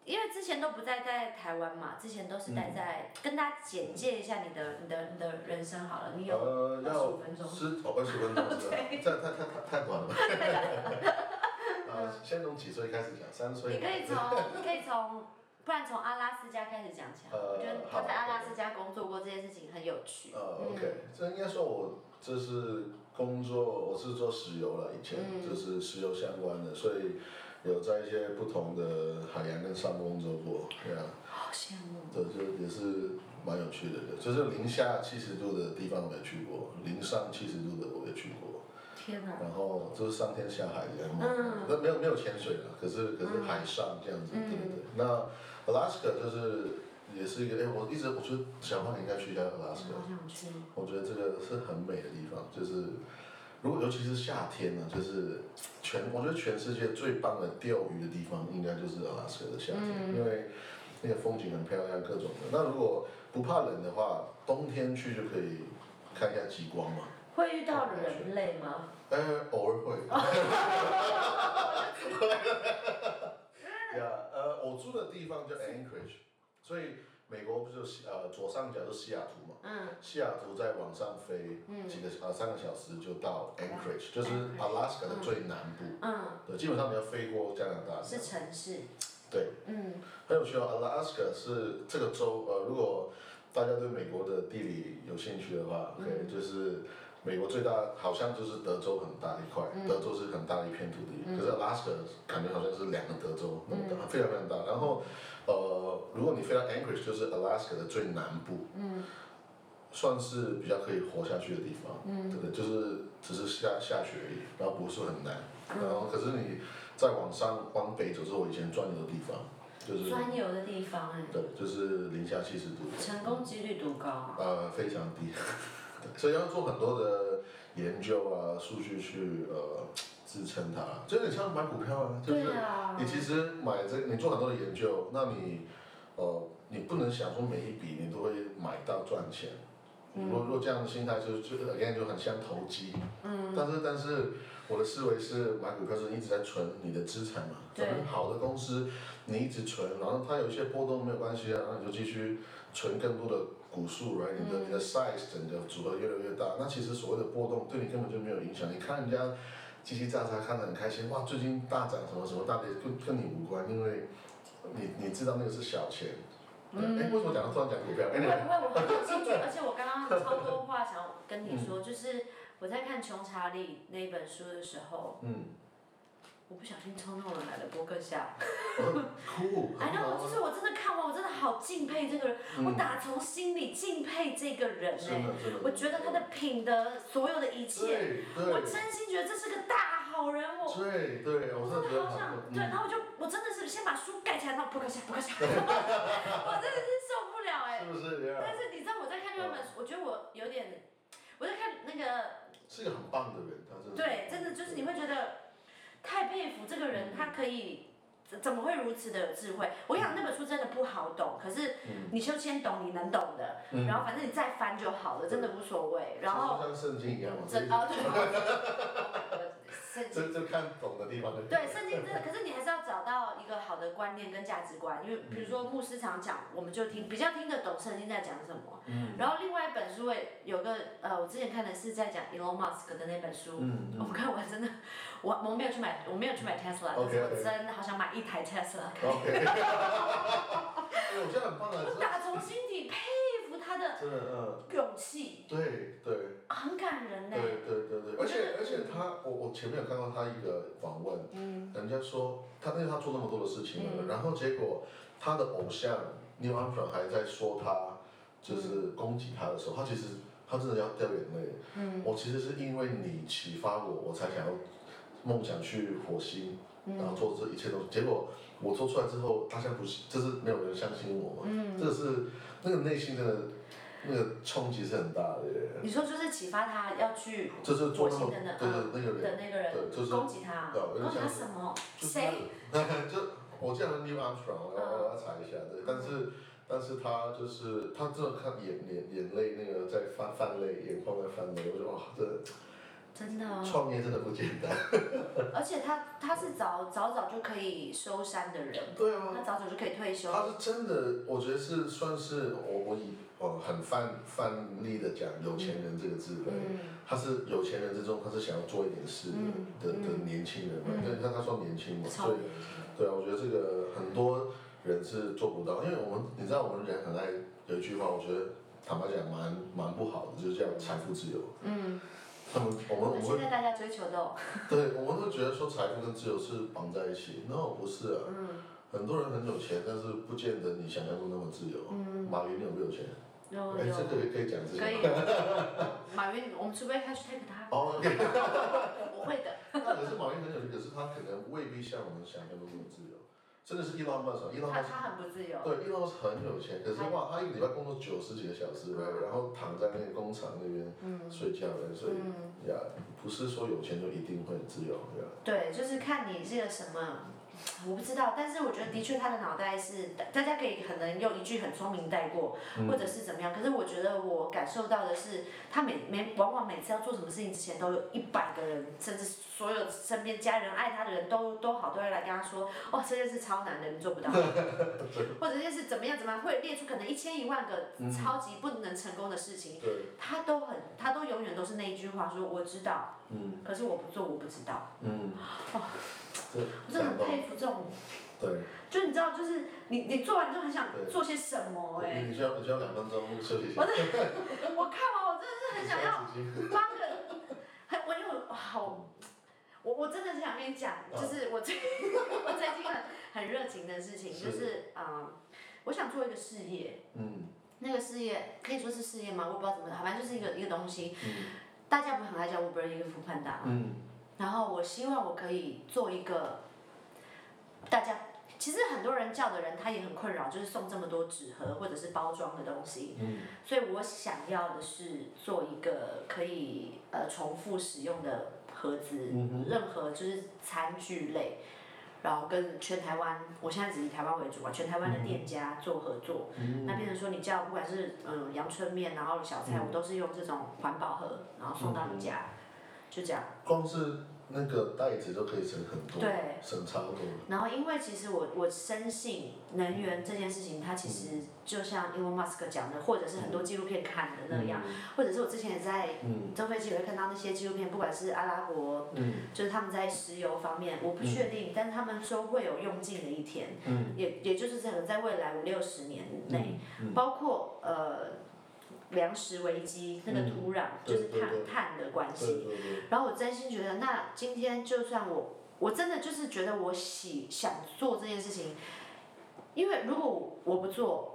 [SPEAKER 1] 因为之前都不在在台湾嘛，之前都是待在、
[SPEAKER 2] 嗯
[SPEAKER 1] 跟大家简介一下你的你的你的人生好了，你有
[SPEAKER 2] 呃，
[SPEAKER 1] 二十
[SPEAKER 2] 要
[SPEAKER 1] 五分钟。
[SPEAKER 2] 十哦二十分钟是吧？这太太太太短 了吧？
[SPEAKER 1] 嗯
[SPEAKER 2] 呃，先从几岁开始讲？三岁
[SPEAKER 1] 你
[SPEAKER 2] 吗？
[SPEAKER 1] 可以从，你可以从，不然从阿拉斯加开始讲起来。
[SPEAKER 2] 呃
[SPEAKER 1] 我觉得他
[SPEAKER 2] 好
[SPEAKER 1] 在阿拉斯加工作过这件事情很有趣。嗯
[SPEAKER 2] 呃，OK，这应该说我这是工作，我是做石油了，以前、
[SPEAKER 1] 嗯
[SPEAKER 2] 就是石油相关的，所以有在一些不同的海洋跟上工作过，对啊，
[SPEAKER 1] 好羡慕。
[SPEAKER 2] 对，就也是蛮有趣的，就是零下七十度的地方我也去过，零上七十度的我也去过，
[SPEAKER 1] 天哪！
[SPEAKER 2] 然后就是上天下海这样，
[SPEAKER 1] 嗯
[SPEAKER 2] 那没有没有潜水了，可是可是海上这样子，对对对。那 Alaska 就是也是一个，哎，我一直我觉得小胖应该去一下
[SPEAKER 1] 好
[SPEAKER 2] Alaska，
[SPEAKER 1] 想去。
[SPEAKER 2] 我觉得这个是很美的地方，就是如果尤其是夏天呢，就是全我觉得全世界最棒的钓鱼的地方应该就是 Alaska 的夏天，因为那个风景很漂亮，各种的。那如果不怕冷的话，冬天去就可以看一下极光嘛。
[SPEAKER 1] 会遇到人类吗？
[SPEAKER 2] 呃，偶尔会。 呀，呃，我住的地方叫 Anchorage，所以美国不是有西呃左上角就是西雅图嘛？
[SPEAKER 1] 嗯。
[SPEAKER 2] 西雅图再往上飞几个呃三个小时就到 Anchorage，就是
[SPEAKER 1] Anchorage，
[SPEAKER 2] Alaska 的最南部。
[SPEAKER 1] 嗯，
[SPEAKER 2] 对，基本上你要飞过加拿大。
[SPEAKER 1] 是城市。
[SPEAKER 2] 对，
[SPEAKER 1] 嗯，
[SPEAKER 2] 很有趣哦，Alaska 是这个州，呃，如果大家对美国的地理有兴趣的话，
[SPEAKER 1] 嗯
[SPEAKER 2] 对、就是美国最大好像就是德州很大一块，
[SPEAKER 1] 嗯
[SPEAKER 2] 德州是很大一片土地，可是 Alaska 感觉好像是两个德州
[SPEAKER 1] 嗯
[SPEAKER 2] 那么大，非常非常大。然后，呃，如果你飞到 Anchorage，就是 Alaska 的最南部，
[SPEAKER 1] 嗯
[SPEAKER 2] 算是比较可以活下去的地方，
[SPEAKER 1] 嗯
[SPEAKER 2] 对不对？就是只是下下雪而已，然后不是很难，
[SPEAKER 1] 嗯
[SPEAKER 2] 然后可是你再往上往北走，是我以前转悠的地方，就是。
[SPEAKER 1] 专游的地方哎，
[SPEAKER 2] 对，就是零下七十度，
[SPEAKER 1] 成功几率多高？啊
[SPEAKER 2] 呃，非常低， 对所以要做很多的研究啊，数据去呃支撑它，就有点像买股票啊，就是
[SPEAKER 1] 对啊
[SPEAKER 2] 你。其实买这个，你做很多的研究，那你呃，你不能想说每一笔你都会买到赚钱。
[SPEAKER 1] 嗯
[SPEAKER 2] 如果如果这样的心态就就 again 就很像投机，嗯，但是但是我的思维是买股票是一直在存你的资产嘛，
[SPEAKER 1] 对
[SPEAKER 2] 反正好的公司你一直存，然后它有一些波动没有关系啊，然后你就继续存更多的股数来，你的你的 size 整个组合越来越大，那其实所谓的波动对你根本就没有影响，你看人家叽叽喳喳看得很开心，哇，最近大涨什么什么大跌，跟跟你无关，因为你你知道那个是小钱。对哎、为什么讲到突然讲股 票？
[SPEAKER 1] 不
[SPEAKER 2] 哎、
[SPEAKER 1] 会
[SPEAKER 2] 你
[SPEAKER 1] 不
[SPEAKER 2] 们
[SPEAKER 1] 会，我很有兴趣，而且我刚刚超多话想要跟你
[SPEAKER 2] 嗯
[SPEAKER 1] 说，就是我在看《穷查理》那本书的时候，
[SPEAKER 2] 嗯，
[SPEAKER 1] 我不小心冲动了买了博客下
[SPEAKER 2] 酷，
[SPEAKER 1] 哎，
[SPEAKER 2] 很
[SPEAKER 1] 那
[SPEAKER 2] 好
[SPEAKER 1] 我就
[SPEAKER 2] 啊
[SPEAKER 1] 是我真的看完，我真的好敬佩这个人，我打从心里敬佩这个人
[SPEAKER 2] 嗯是
[SPEAKER 1] 哎、
[SPEAKER 2] 的，是的。
[SPEAKER 1] 我觉得他的品德，所有的一切，
[SPEAKER 2] 对
[SPEAKER 1] 我
[SPEAKER 2] 对
[SPEAKER 1] 真心觉得这是个大好人，我
[SPEAKER 2] 对对，我
[SPEAKER 1] 我
[SPEAKER 2] 真的
[SPEAKER 1] 真
[SPEAKER 2] 觉
[SPEAKER 1] 的
[SPEAKER 2] 得
[SPEAKER 1] 好
[SPEAKER 2] 嗯很
[SPEAKER 1] 想，对，然后我就我真的是先把书盖起来，然后扑克下扑克 下，我真的是受不了哎、
[SPEAKER 2] 是不是？啊
[SPEAKER 1] 但是你知道我在看另外一本书，我觉得我有点，我在看那个
[SPEAKER 2] 是一个很棒的人，他真的。
[SPEAKER 1] 对，真的就是你会觉得太佩服这个人，他可以怎怎么会如此的有智慧？我想那本书真的不好懂，可是
[SPEAKER 2] 嗯
[SPEAKER 1] 你就先懂你能懂的，
[SPEAKER 2] 嗯
[SPEAKER 1] 然后反正你再翻就好了，真的无所谓。然后
[SPEAKER 2] 其实就像圣经一样嘛，
[SPEAKER 1] 真哦， 对，圣 经。
[SPEAKER 2] 这这看懂的地方就
[SPEAKER 1] 对，圣经真的，可是你还是要找到一个好的观念跟价值观，因为比如说牧师常讲，我们就听比较听得懂圣经在讲什么。
[SPEAKER 2] 嗯
[SPEAKER 1] 然后另外一本书也有个呃，我之前看的是在讲 Elon Musk 的那本书，
[SPEAKER 2] 嗯
[SPEAKER 1] 我
[SPEAKER 2] 嗯
[SPEAKER 1] 看完真的，我我没有去买，我没有去买 Tesla，但
[SPEAKER 2] OK，OK
[SPEAKER 1] 是我真的好想买一台 Tesla。
[SPEAKER 2] ，OK，哎我觉得很棒啊，
[SPEAKER 1] 我打从心底佩服他的
[SPEAKER 2] 真的，嗯，
[SPEAKER 1] 勇气，
[SPEAKER 2] 对对。
[SPEAKER 1] 很感人呢
[SPEAKER 2] 对。对对对，而且而且他，我我前面有看到他一个访问，
[SPEAKER 1] 嗯，
[SPEAKER 2] 人家说他因为他做那么多的事情了，
[SPEAKER 1] 嗯
[SPEAKER 2] 然后结果他的偶像 Neil Armstrong 还在说他就是攻击他的时候，他其实他真的要掉眼泪。
[SPEAKER 1] 嗯，
[SPEAKER 2] 我其实是因为你启发我，我才想要梦想去火星，
[SPEAKER 1] 嗯
[SPEAKER 2] 然后做这一切东西。结果我做出来之后，大家不信，就是没有人相信我嘛。嗯，这是那个内心的那个冲击是很大的耶。
[SPEAKER 1] 你说就是启发他要去
[SPEAKER 2] 就是
[SPEAKER 1] 火
[SPEAKER 2] 做那
[SPEAKER 1] 星
[SPEAKER 2] 么
[SPEAKER 1] 的嗯那
[SPEAKER 2] 对对那个
[SPEAKER 1] 的
[SPEAKER 2] 人，
[SPEAKER 1] 那个人
[SPEAKER 2] 对，就是
[SPEAKER 1] 攻击他，
[SPEAKER 2] 对我就
[SPEAKER 1] 攻击他
[SPEAKER 2] 想
[SPEAKER 1] 什么？
[SPEAKER 2] 就是
[SPEAKER 1] 谁？
[SPEAKER 2] 就我记得 Neil Armstrong，我要我要查一下，对，但是但是他就是他真的看眼眼眼泪那个在泛泛泪，眼眶在泛泪，我说哇，这
[SPEAKER 1] 真的哦，
[SPEAKER 2] 创业真的不简单。
[SPEAKER 1] 而且他他是早早早就可以收山的人，
[SPEAKER 2] 对
[SPEAKER 1] 他
[SPEAKER 2] 啊，
[SPEAKER 1] 早早就可以退休，
[SPEAKER 2] 他是真的，我觉得是算是我我以呃很范范例的讲有钱人这个字，对，
[SPEAKER 1] 嗯
[SPEAKER 2] 他是有钱人之中，他是想要做一点事的
[SPEAKER 1] 嗯
[SPEAKER 2] 的的
[SPEAKER 1] 嗯
[SPEAKER 2] 年轻人嘛，
[SPEAKER 1] 嗯
[SPEAKER 2] 对，像他算年轻嘛，
[SPEAKER 1] 超
[SPEAKER 2] 所以
[SPEAKER 1] 年轻
[SPEAKER 2] 对啊，我觉得这个很多人是做不到，因为我们你知道我们人很爱有一句话，我觉得坦白讲蛮蛮不好的，就是叫财富自由。
[SPEAKER 1] 嗯，
[SPEAKER 2] 他们我们我们
[SPEAKER 1] 现
[SPEAKER 2] 会
[SPEAKER 1] 在大家追求的哦，
[SPEAKER 2] 对我们会觉得说财富跟自由是绑在一起，no 不是啊。
[SPEAKER 1] 嗯
[SPEAKER 2] 很多人很有钱，但是不见得你想象中那么自由。
[SPEAKER 1] 嗯，
[SPEAKER 2] 马云有没有钱？
[SPEAKER 1] 有
[SPEAKER 2] 哎，这
[SPEAKER 1] 有。
[SPEAKER 2] 个也可以讲这
[SPEAKER 1] 可
[SPEAKER 2] 个。
[SPEAKER 1] 以， 马云，我们除非 hashtag 他，
[SPEAKER 2] 哦，OK
[SPEAKER 1] 我会的。
[SPEAKER 2] 那可是马云很有钱，可是他可能未必像我们想象中那么自由。真的是 Elon Musk，Elon
[SPEAKER 1] 他
[SPEAKER 2] Musk 啊
[SPEAKER 1] 他很不自由，
[SPEAKER 2] 对，因为我是很有钱，可是哇，他一个礼拜工作九十几个小时，
[SPEAKER 1] 嗯
[SPEAKER 2] 然后躺在那个工厂那边
[SPEAKER 1] 嗯
[SPEAKER 2] 睡觉的，所以
[SPEAKER 1] 嗯，
[SPEAKER 2] 呀，不是说有钱就一定会很自由呀。
[SPEAKER 1] 对，就是看你是个什么，我不知道，但是我觉得的确他的脑袋是，大家可以可能用一句很聪明带过，或者是怎么样，可是我觉得我感受到的是，他每每往往每次要做什么事情之前，都有一百个人，甚至所有身边家人爱他的人都都好，都会来跟他说，哦，这件事超难的，你做不到，或者这件事怎么样怎么样，会列出可能一千一万个
[SPEAKER 2] 嗯
[SPEAKER 1] 超级不能成功的事情。
[SPEAKER 2] 对，
[SPEAKER 1] 他都很，他都永远都是那一句话说我知道，
[SPEAKER 2] 嗯
[SPEAKER 1] 可是我不做我不知道。
[SPEAKER 2] 嗯，
[SPEAKER 1] 哦我
[SPEAKER 2] 这
[SPEAKER 1] 真的很
[SPEAKER 2] 感动，
[SPEAKER 1] 佩服这种，
[SPEAKER 2] 对，
[SPEAKER 1] 就你知道，就是你你做完就很想
[SPEAKER 2] 对
[SPEAKER 1] 做些什么哎、
[SPEAKER 2] 你需要你需要两分钟休息一下
[SPEAKER 1] 我，真的，我看完我真的是很想要
[SPEAKER 2] 休息一下
[SPEAKER 1] 帮个，很我因为我好，我我真的是想跟你讲，
[SPEAKER 2] 啊
[SPEAKER 1] 就是我最 我最近很很热情的事情，
[SPEAKER 2] 是
[SPEAKER 1] 就是嗯、呃我想做一个事业，
[SPEAKER 2] 嗯
[SPEAKER 1] 那个事业可以说是事业吗？我也不知道怎么，反正就是一个一个东西，
[SPEAKER 2] 嗯
[SPEAKER 1] 大家不是很爱叫 Uber 一个副判达吗？
[SPEAKER 2] 嗯
[SPEAKER 1] 然后我希望我可以做一个，大家其实很多人叫的人他也很困扰，就是送这么多纸盒或者是包装的东西，
[SPEAKER 2] 嗯
[SPEAKER 1] 所以我想要的是做一个可以呃重复使用的盒子，
[SPEAKER 2] 嗯哼
[SPEAKER 1] 任何就是餐具类。然后跟全台湾，我现在只以台湾为主嘛，全台湾的店家做合作，
[SPEAKER 2] 嗯
[SPEAKER 1] 那变成说你叫不管是嗯阳春面，然后小菜，我都是用这种环保盒，然后送到你家，就这样。
[SPEAKER 2] 光是那个袋子都可以省很多，
[SPEAKER 1] 对
[SPEAKER 2] 省超多。
[SPEAKER 1] 然后，因为其实我我深信能源这件事情，它其
[SPEAKER 2] 嗯
[SPEAKER 1] 实就像 Elon Musk 讲的，或者是很多纪录片看的那样，或者是我之前也在
[SPEAKER 2] 嗯
[SPEAKER 1] 坐飞机也会看到那些纪录片，不管是阿拉伯，
[SPEAKER 2] 嗯
[SPEAKER 1] 就是他们在石油方面，我不确定，但是他们说会有用尽的一天，
[SPEAKER 2] 嗯
[SPEAKER 1] 也也就是可能在未来五六十年内，
[SPEAKER 2] 嗯
[SPEAKER 1] 包括呃粮食危机那个
[SPEAKER 2] 嗯
[SPEAKER 1] 土壤，
[SPEAKER 2] 对
[SPEAKER 1] 就是
[SPEAKER 2] 对
[SPEAKER 1] 碳
[SPEAKER 2] 对
[SPEAKER 1] 碳的关系，
[SPEAKER 2] 对对对，
[SPEAKER 1] 然后我真心觉得，那今天就算我，我真的就是觉得我喜想做这件事情，因为如果我我不做，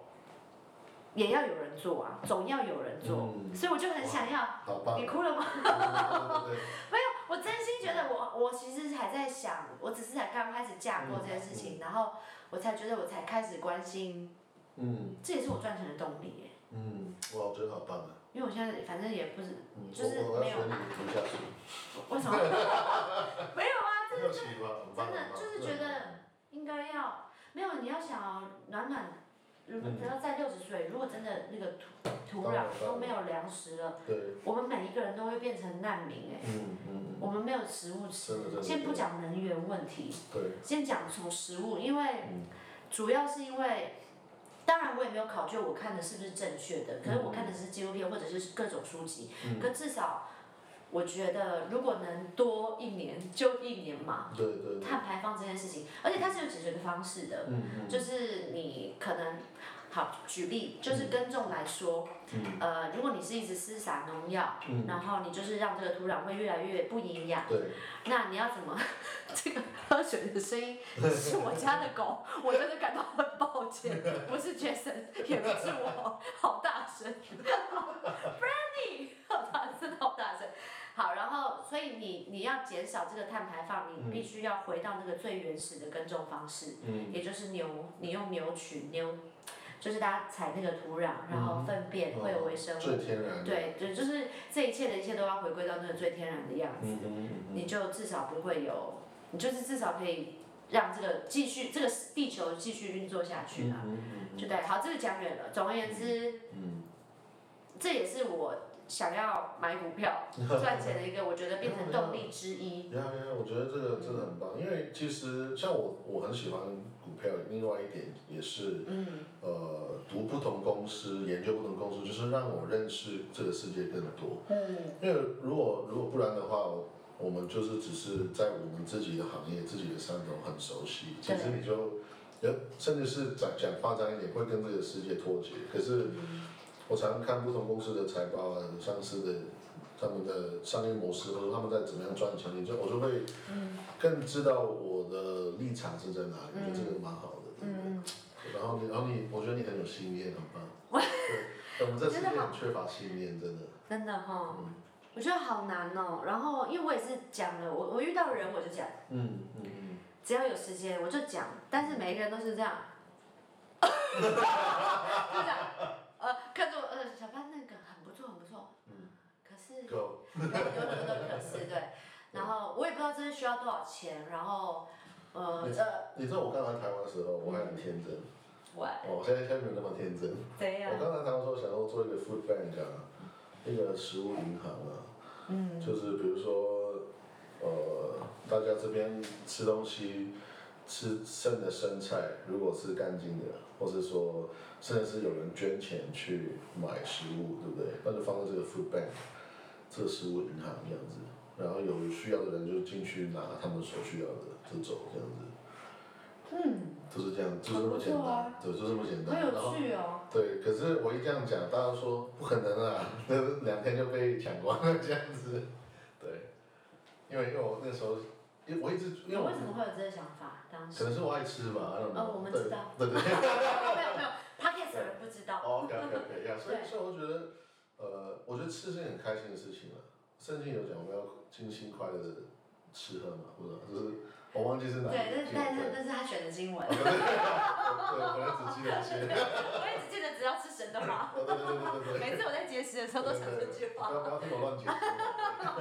[SPEAKER 1] 也要有人做啊，总要有人做，
[SPEAKER 2] 嗯
[SPEAKER 1] 所以我就很想要。
[SPEAKER 2] 好 棒
[SPEAKER 1] 你。哭了吗？
[SPEAKER 2] 对对
[SPEAKER 1] 我真心觉得我我其实还在想，我只是才刚开始架构这件事情，然后我才觉得我才开始关心，
[SPEAKER 2] 嗯
[SPEAKER 1] 这也是我赚钱的动力耶。
[SPEAKER 2] 嗯，哇，我觉得好棒啊！
[SPEAKER 1] 因为我现在反正也不是
[SPEAKER 2] 嗯
[SPEAKER 1] 就是
[SPEAKER 2] 我我要
[SPEAKER 1] 没有
[SPEAKER 2] 学你读一下书，
[SPEAKER 1] 为什么没有啊，
[SPEAKER 2] 没有启发，很棒
[SPEAKER 1] 真的
[SPEAKER 2] 很棒
[SPEAKER 1] 就是
[SPEAKER 2] 对
[SPEAKER 1] 觉得应该要没有，你要想哦暖暖，如
[SPEAKER 2] 嗯
[SPEAKER 1] 不要在六十岁，如果真的那个土土
[SPEAKER 2] 当然
[SPEAKER 1] 壤
[SPEAKER 2] 当
[SPEAKER 1] 都
[SPEAKER 2] 然
[SPEAKER 1] 没有粮食了，
[SPEAKER 2] 对，
[SPEAKER 1] 我们每一个人都会变成难民哎、
[SPEAKER 2] 嗯嗯，嗯
[SPEAKER 1] 我们没有食物吃
[SPEAKER 2] 真的真。的
[SPEAKER 1] 先不
[SPEAKER 2] 真的
[SPEAKER 1] 讲能源问题，
[SPEAKER 2] 对，
[SPEAKER 1] 先讲从食物，因为
[SPEAKER 2] 嗯
[SPEAKER 1] 主要是因为，当然我也没有考究我看的是不是正确的，可是我看的是纪录片或者是各种书籍，
[SPEAKER 2] 嗯
[SPEAKER 1] 可至少我觉得如果能多一年就一年嘛，
[SPEAKER 2] 对对对，
[SPEAKER 1] 碳排放这件事情，而且它是有解决的方式的，
[SPEAKER 2] 嗯嗯，
[SPEAKER 1] 就是你可能。好，举例就是耕种来说，
[SPEAKER 2] 嗯
[SPEAKER 1] 呃，如果你是一直施撒农药，
[SPEAKER 2] 嗯，
[SPEAKER 1] 然后你就是让这个土壤会越来越不营养，
[SPEAKER 2] 对，
[SPEAKER 1] 那你要怎么？这个喝水的声音是我家的狗，我真的感到很抱歉，不是 Jason，也不是我，好大声，Brandy，好大声，好大声。好，然后所以你你要减少这个碳排放，你
[SPEAKER 2] 嗯
[SPEAKER 1] 必须要回到那个最原始的耕种方式，
[SPEAKER 2] 嗯
[SPEAKER 1] 也就是牛，你用牛群牛，就是大家踩那个土壤，然后
[SPEAKER 2] 嗯
[SPEAKER 1] 粪便会有微生物，
[SPEAKER 2] 最天然的，
[SPEAKER 1] 对对，就是这一切的一切都要回归到那个最天然的样子。
[SPEAKER 2] 嗯嗯嗯
[SPEAKER 1] 你就至少不会有，你就是至少可以让这个继续这个地球继续运作下去啊，
[SPEAKER 2] 嗯
[SPEAKER 1] 就对。好，这个讲远了。总而言之，
[SPEAKER 2] 嗯
[SPEAKER 1] 这也是我想要买股 票赚钱的一个，我觉得变成动力之一。
[SPEAKER 2] 呀呀，我觉得这个真的很棒，因为其实像我，我很喜欢股票。另外一点也是，
[SPEAKER 1] 嗯
[SPEAKER 2] 呃，读不同公司，研究不同公司，就是让我认识这个世界更多。
[SPEAKER 1] 嗯
[SPEAKER 2] 因为如果如果不然的话，我我们就是只是在我们自己的行业、自己的山头很熟悉，其实你就，呃，甚至是讲讲夸张一点，会跟这个世界脱节。可是我常看不同公司的财报啊，上市的他们的商业模式，或者他们在怎么样赚钱，你就我就会
[SPEAKER 1] 嗯
[SPEAKER 2] 更知道我的立场是在哪里，我觉得
[SPEAKER 1] 嗯
[SPEAKER 2] 这个蛮好的。
[SPEAKER 1] 嗯，
[SPEAKER 2] 然后你，然后你，我觉得你很有信念，很棒。 对，我们这世界很缺乏信念，真的。
[SPEAKER 1] 真的哈，
[SPEAKER 2] 嗯
[SPEAKER 1] 我觉得好难哦。然后因为我也是讲了，我我遇到人我就讲，
[SPEAKER 2] 嗯嗯嗯，
[SPEAKER 1] 只要有时间我就讲，但是每一个人都是这样，就这样，呃，看着我，呃，小潘那个很不错，很不错，
[SPEAKER 2] 嗯
[SPEAKER 1] 可是有
[SPEAKER 2] 够。
[SPEAKER 1] 有很多可是对，然后我也不知道这是需要多少钱，然后呃这
[SPEAKER 2] 你知道我刚来台湾的时候，我还很天真。
[SPEAKER 1] 我
[SPEAKER 2] 哦，我现在现在没有那么天真。
[SPEAKER 3] 怎
[SPEAKER 1] 啊
[SPEAKER 3] 样
[SPEAKER 2] 我？刚来台湾的时候，想要做一个 food bank 啊，一个食物银行啊。
[SPEAKER 1] 嗯
[SPEAKER 2] 就是比如说，呃，大家这边吃东西吃剩的生菜，如果是干净的，或是说，甚至是有人捐钱去买食物，对不对？那就放在这个 food bank，这个食物银行这样子，然后有需要的人就进去拿他们所需要的就走这样子，
[SPEAKER 1] 嗯，
[SPEAKER 2] 就是这样，就是这么简
[SPEAKER 1] 很不错
[SPEAKER 2] 单
[SPEAKER 1] 啊，
[SPEAKER 2] 对，就这么简
[SPEAKER 1] 好
[SPEAKER 2] 单。然
[SPEAKER 1] 有
[SPEAKER 2] 后
[SPEAKER 1] 趣哦，
[SPEAKER 2] 对，可是我一这样讲，大家说不可能啊，那两天就被抢光了这样子。对，因为因为我那时候，因为我一直
[SPEAKER 1] 你
[SPEAKER 2] 因为我
[SPEAKER 1] 为什么会有这个想法？当时
[SPEAKER 2] 可能是我爱吃吧，I don't know，
[SPEAKER 1] 哦我们知道
[SPEAKER 2] 对 对对。
[SPEAKER 1] 没有没有 p o c k e t 的人不知道，
[SPEAKER 2] 哦，OK OK OK，呀，所以
[SPEAKER 1] 对
[SPEAKER 2] 所以我觉得，呃，我觉得吃是很开心的事情了。啊圣经有讲我们要尽心快乐的吃喝嘛，不知道，就是我忘记是哪一
[SPEAKER 1] 对，但是
[SPEAKER 2] 句
[SPEAKER 1] 但是
[SPEAKER 2] 对
[SPEAKER 1] 但是他选的经文，
[SPEAKER 2] 对对，我本来只记得这 些。
[SPEAKER 1] 我也只记得只要吃神的话，
[SPEAKER 2] 哦对对对对对对。
[SPEAKER 1] 每次我在节食的时候都想这句话
[SPEAKER 2] 不。要不要听我乱解释。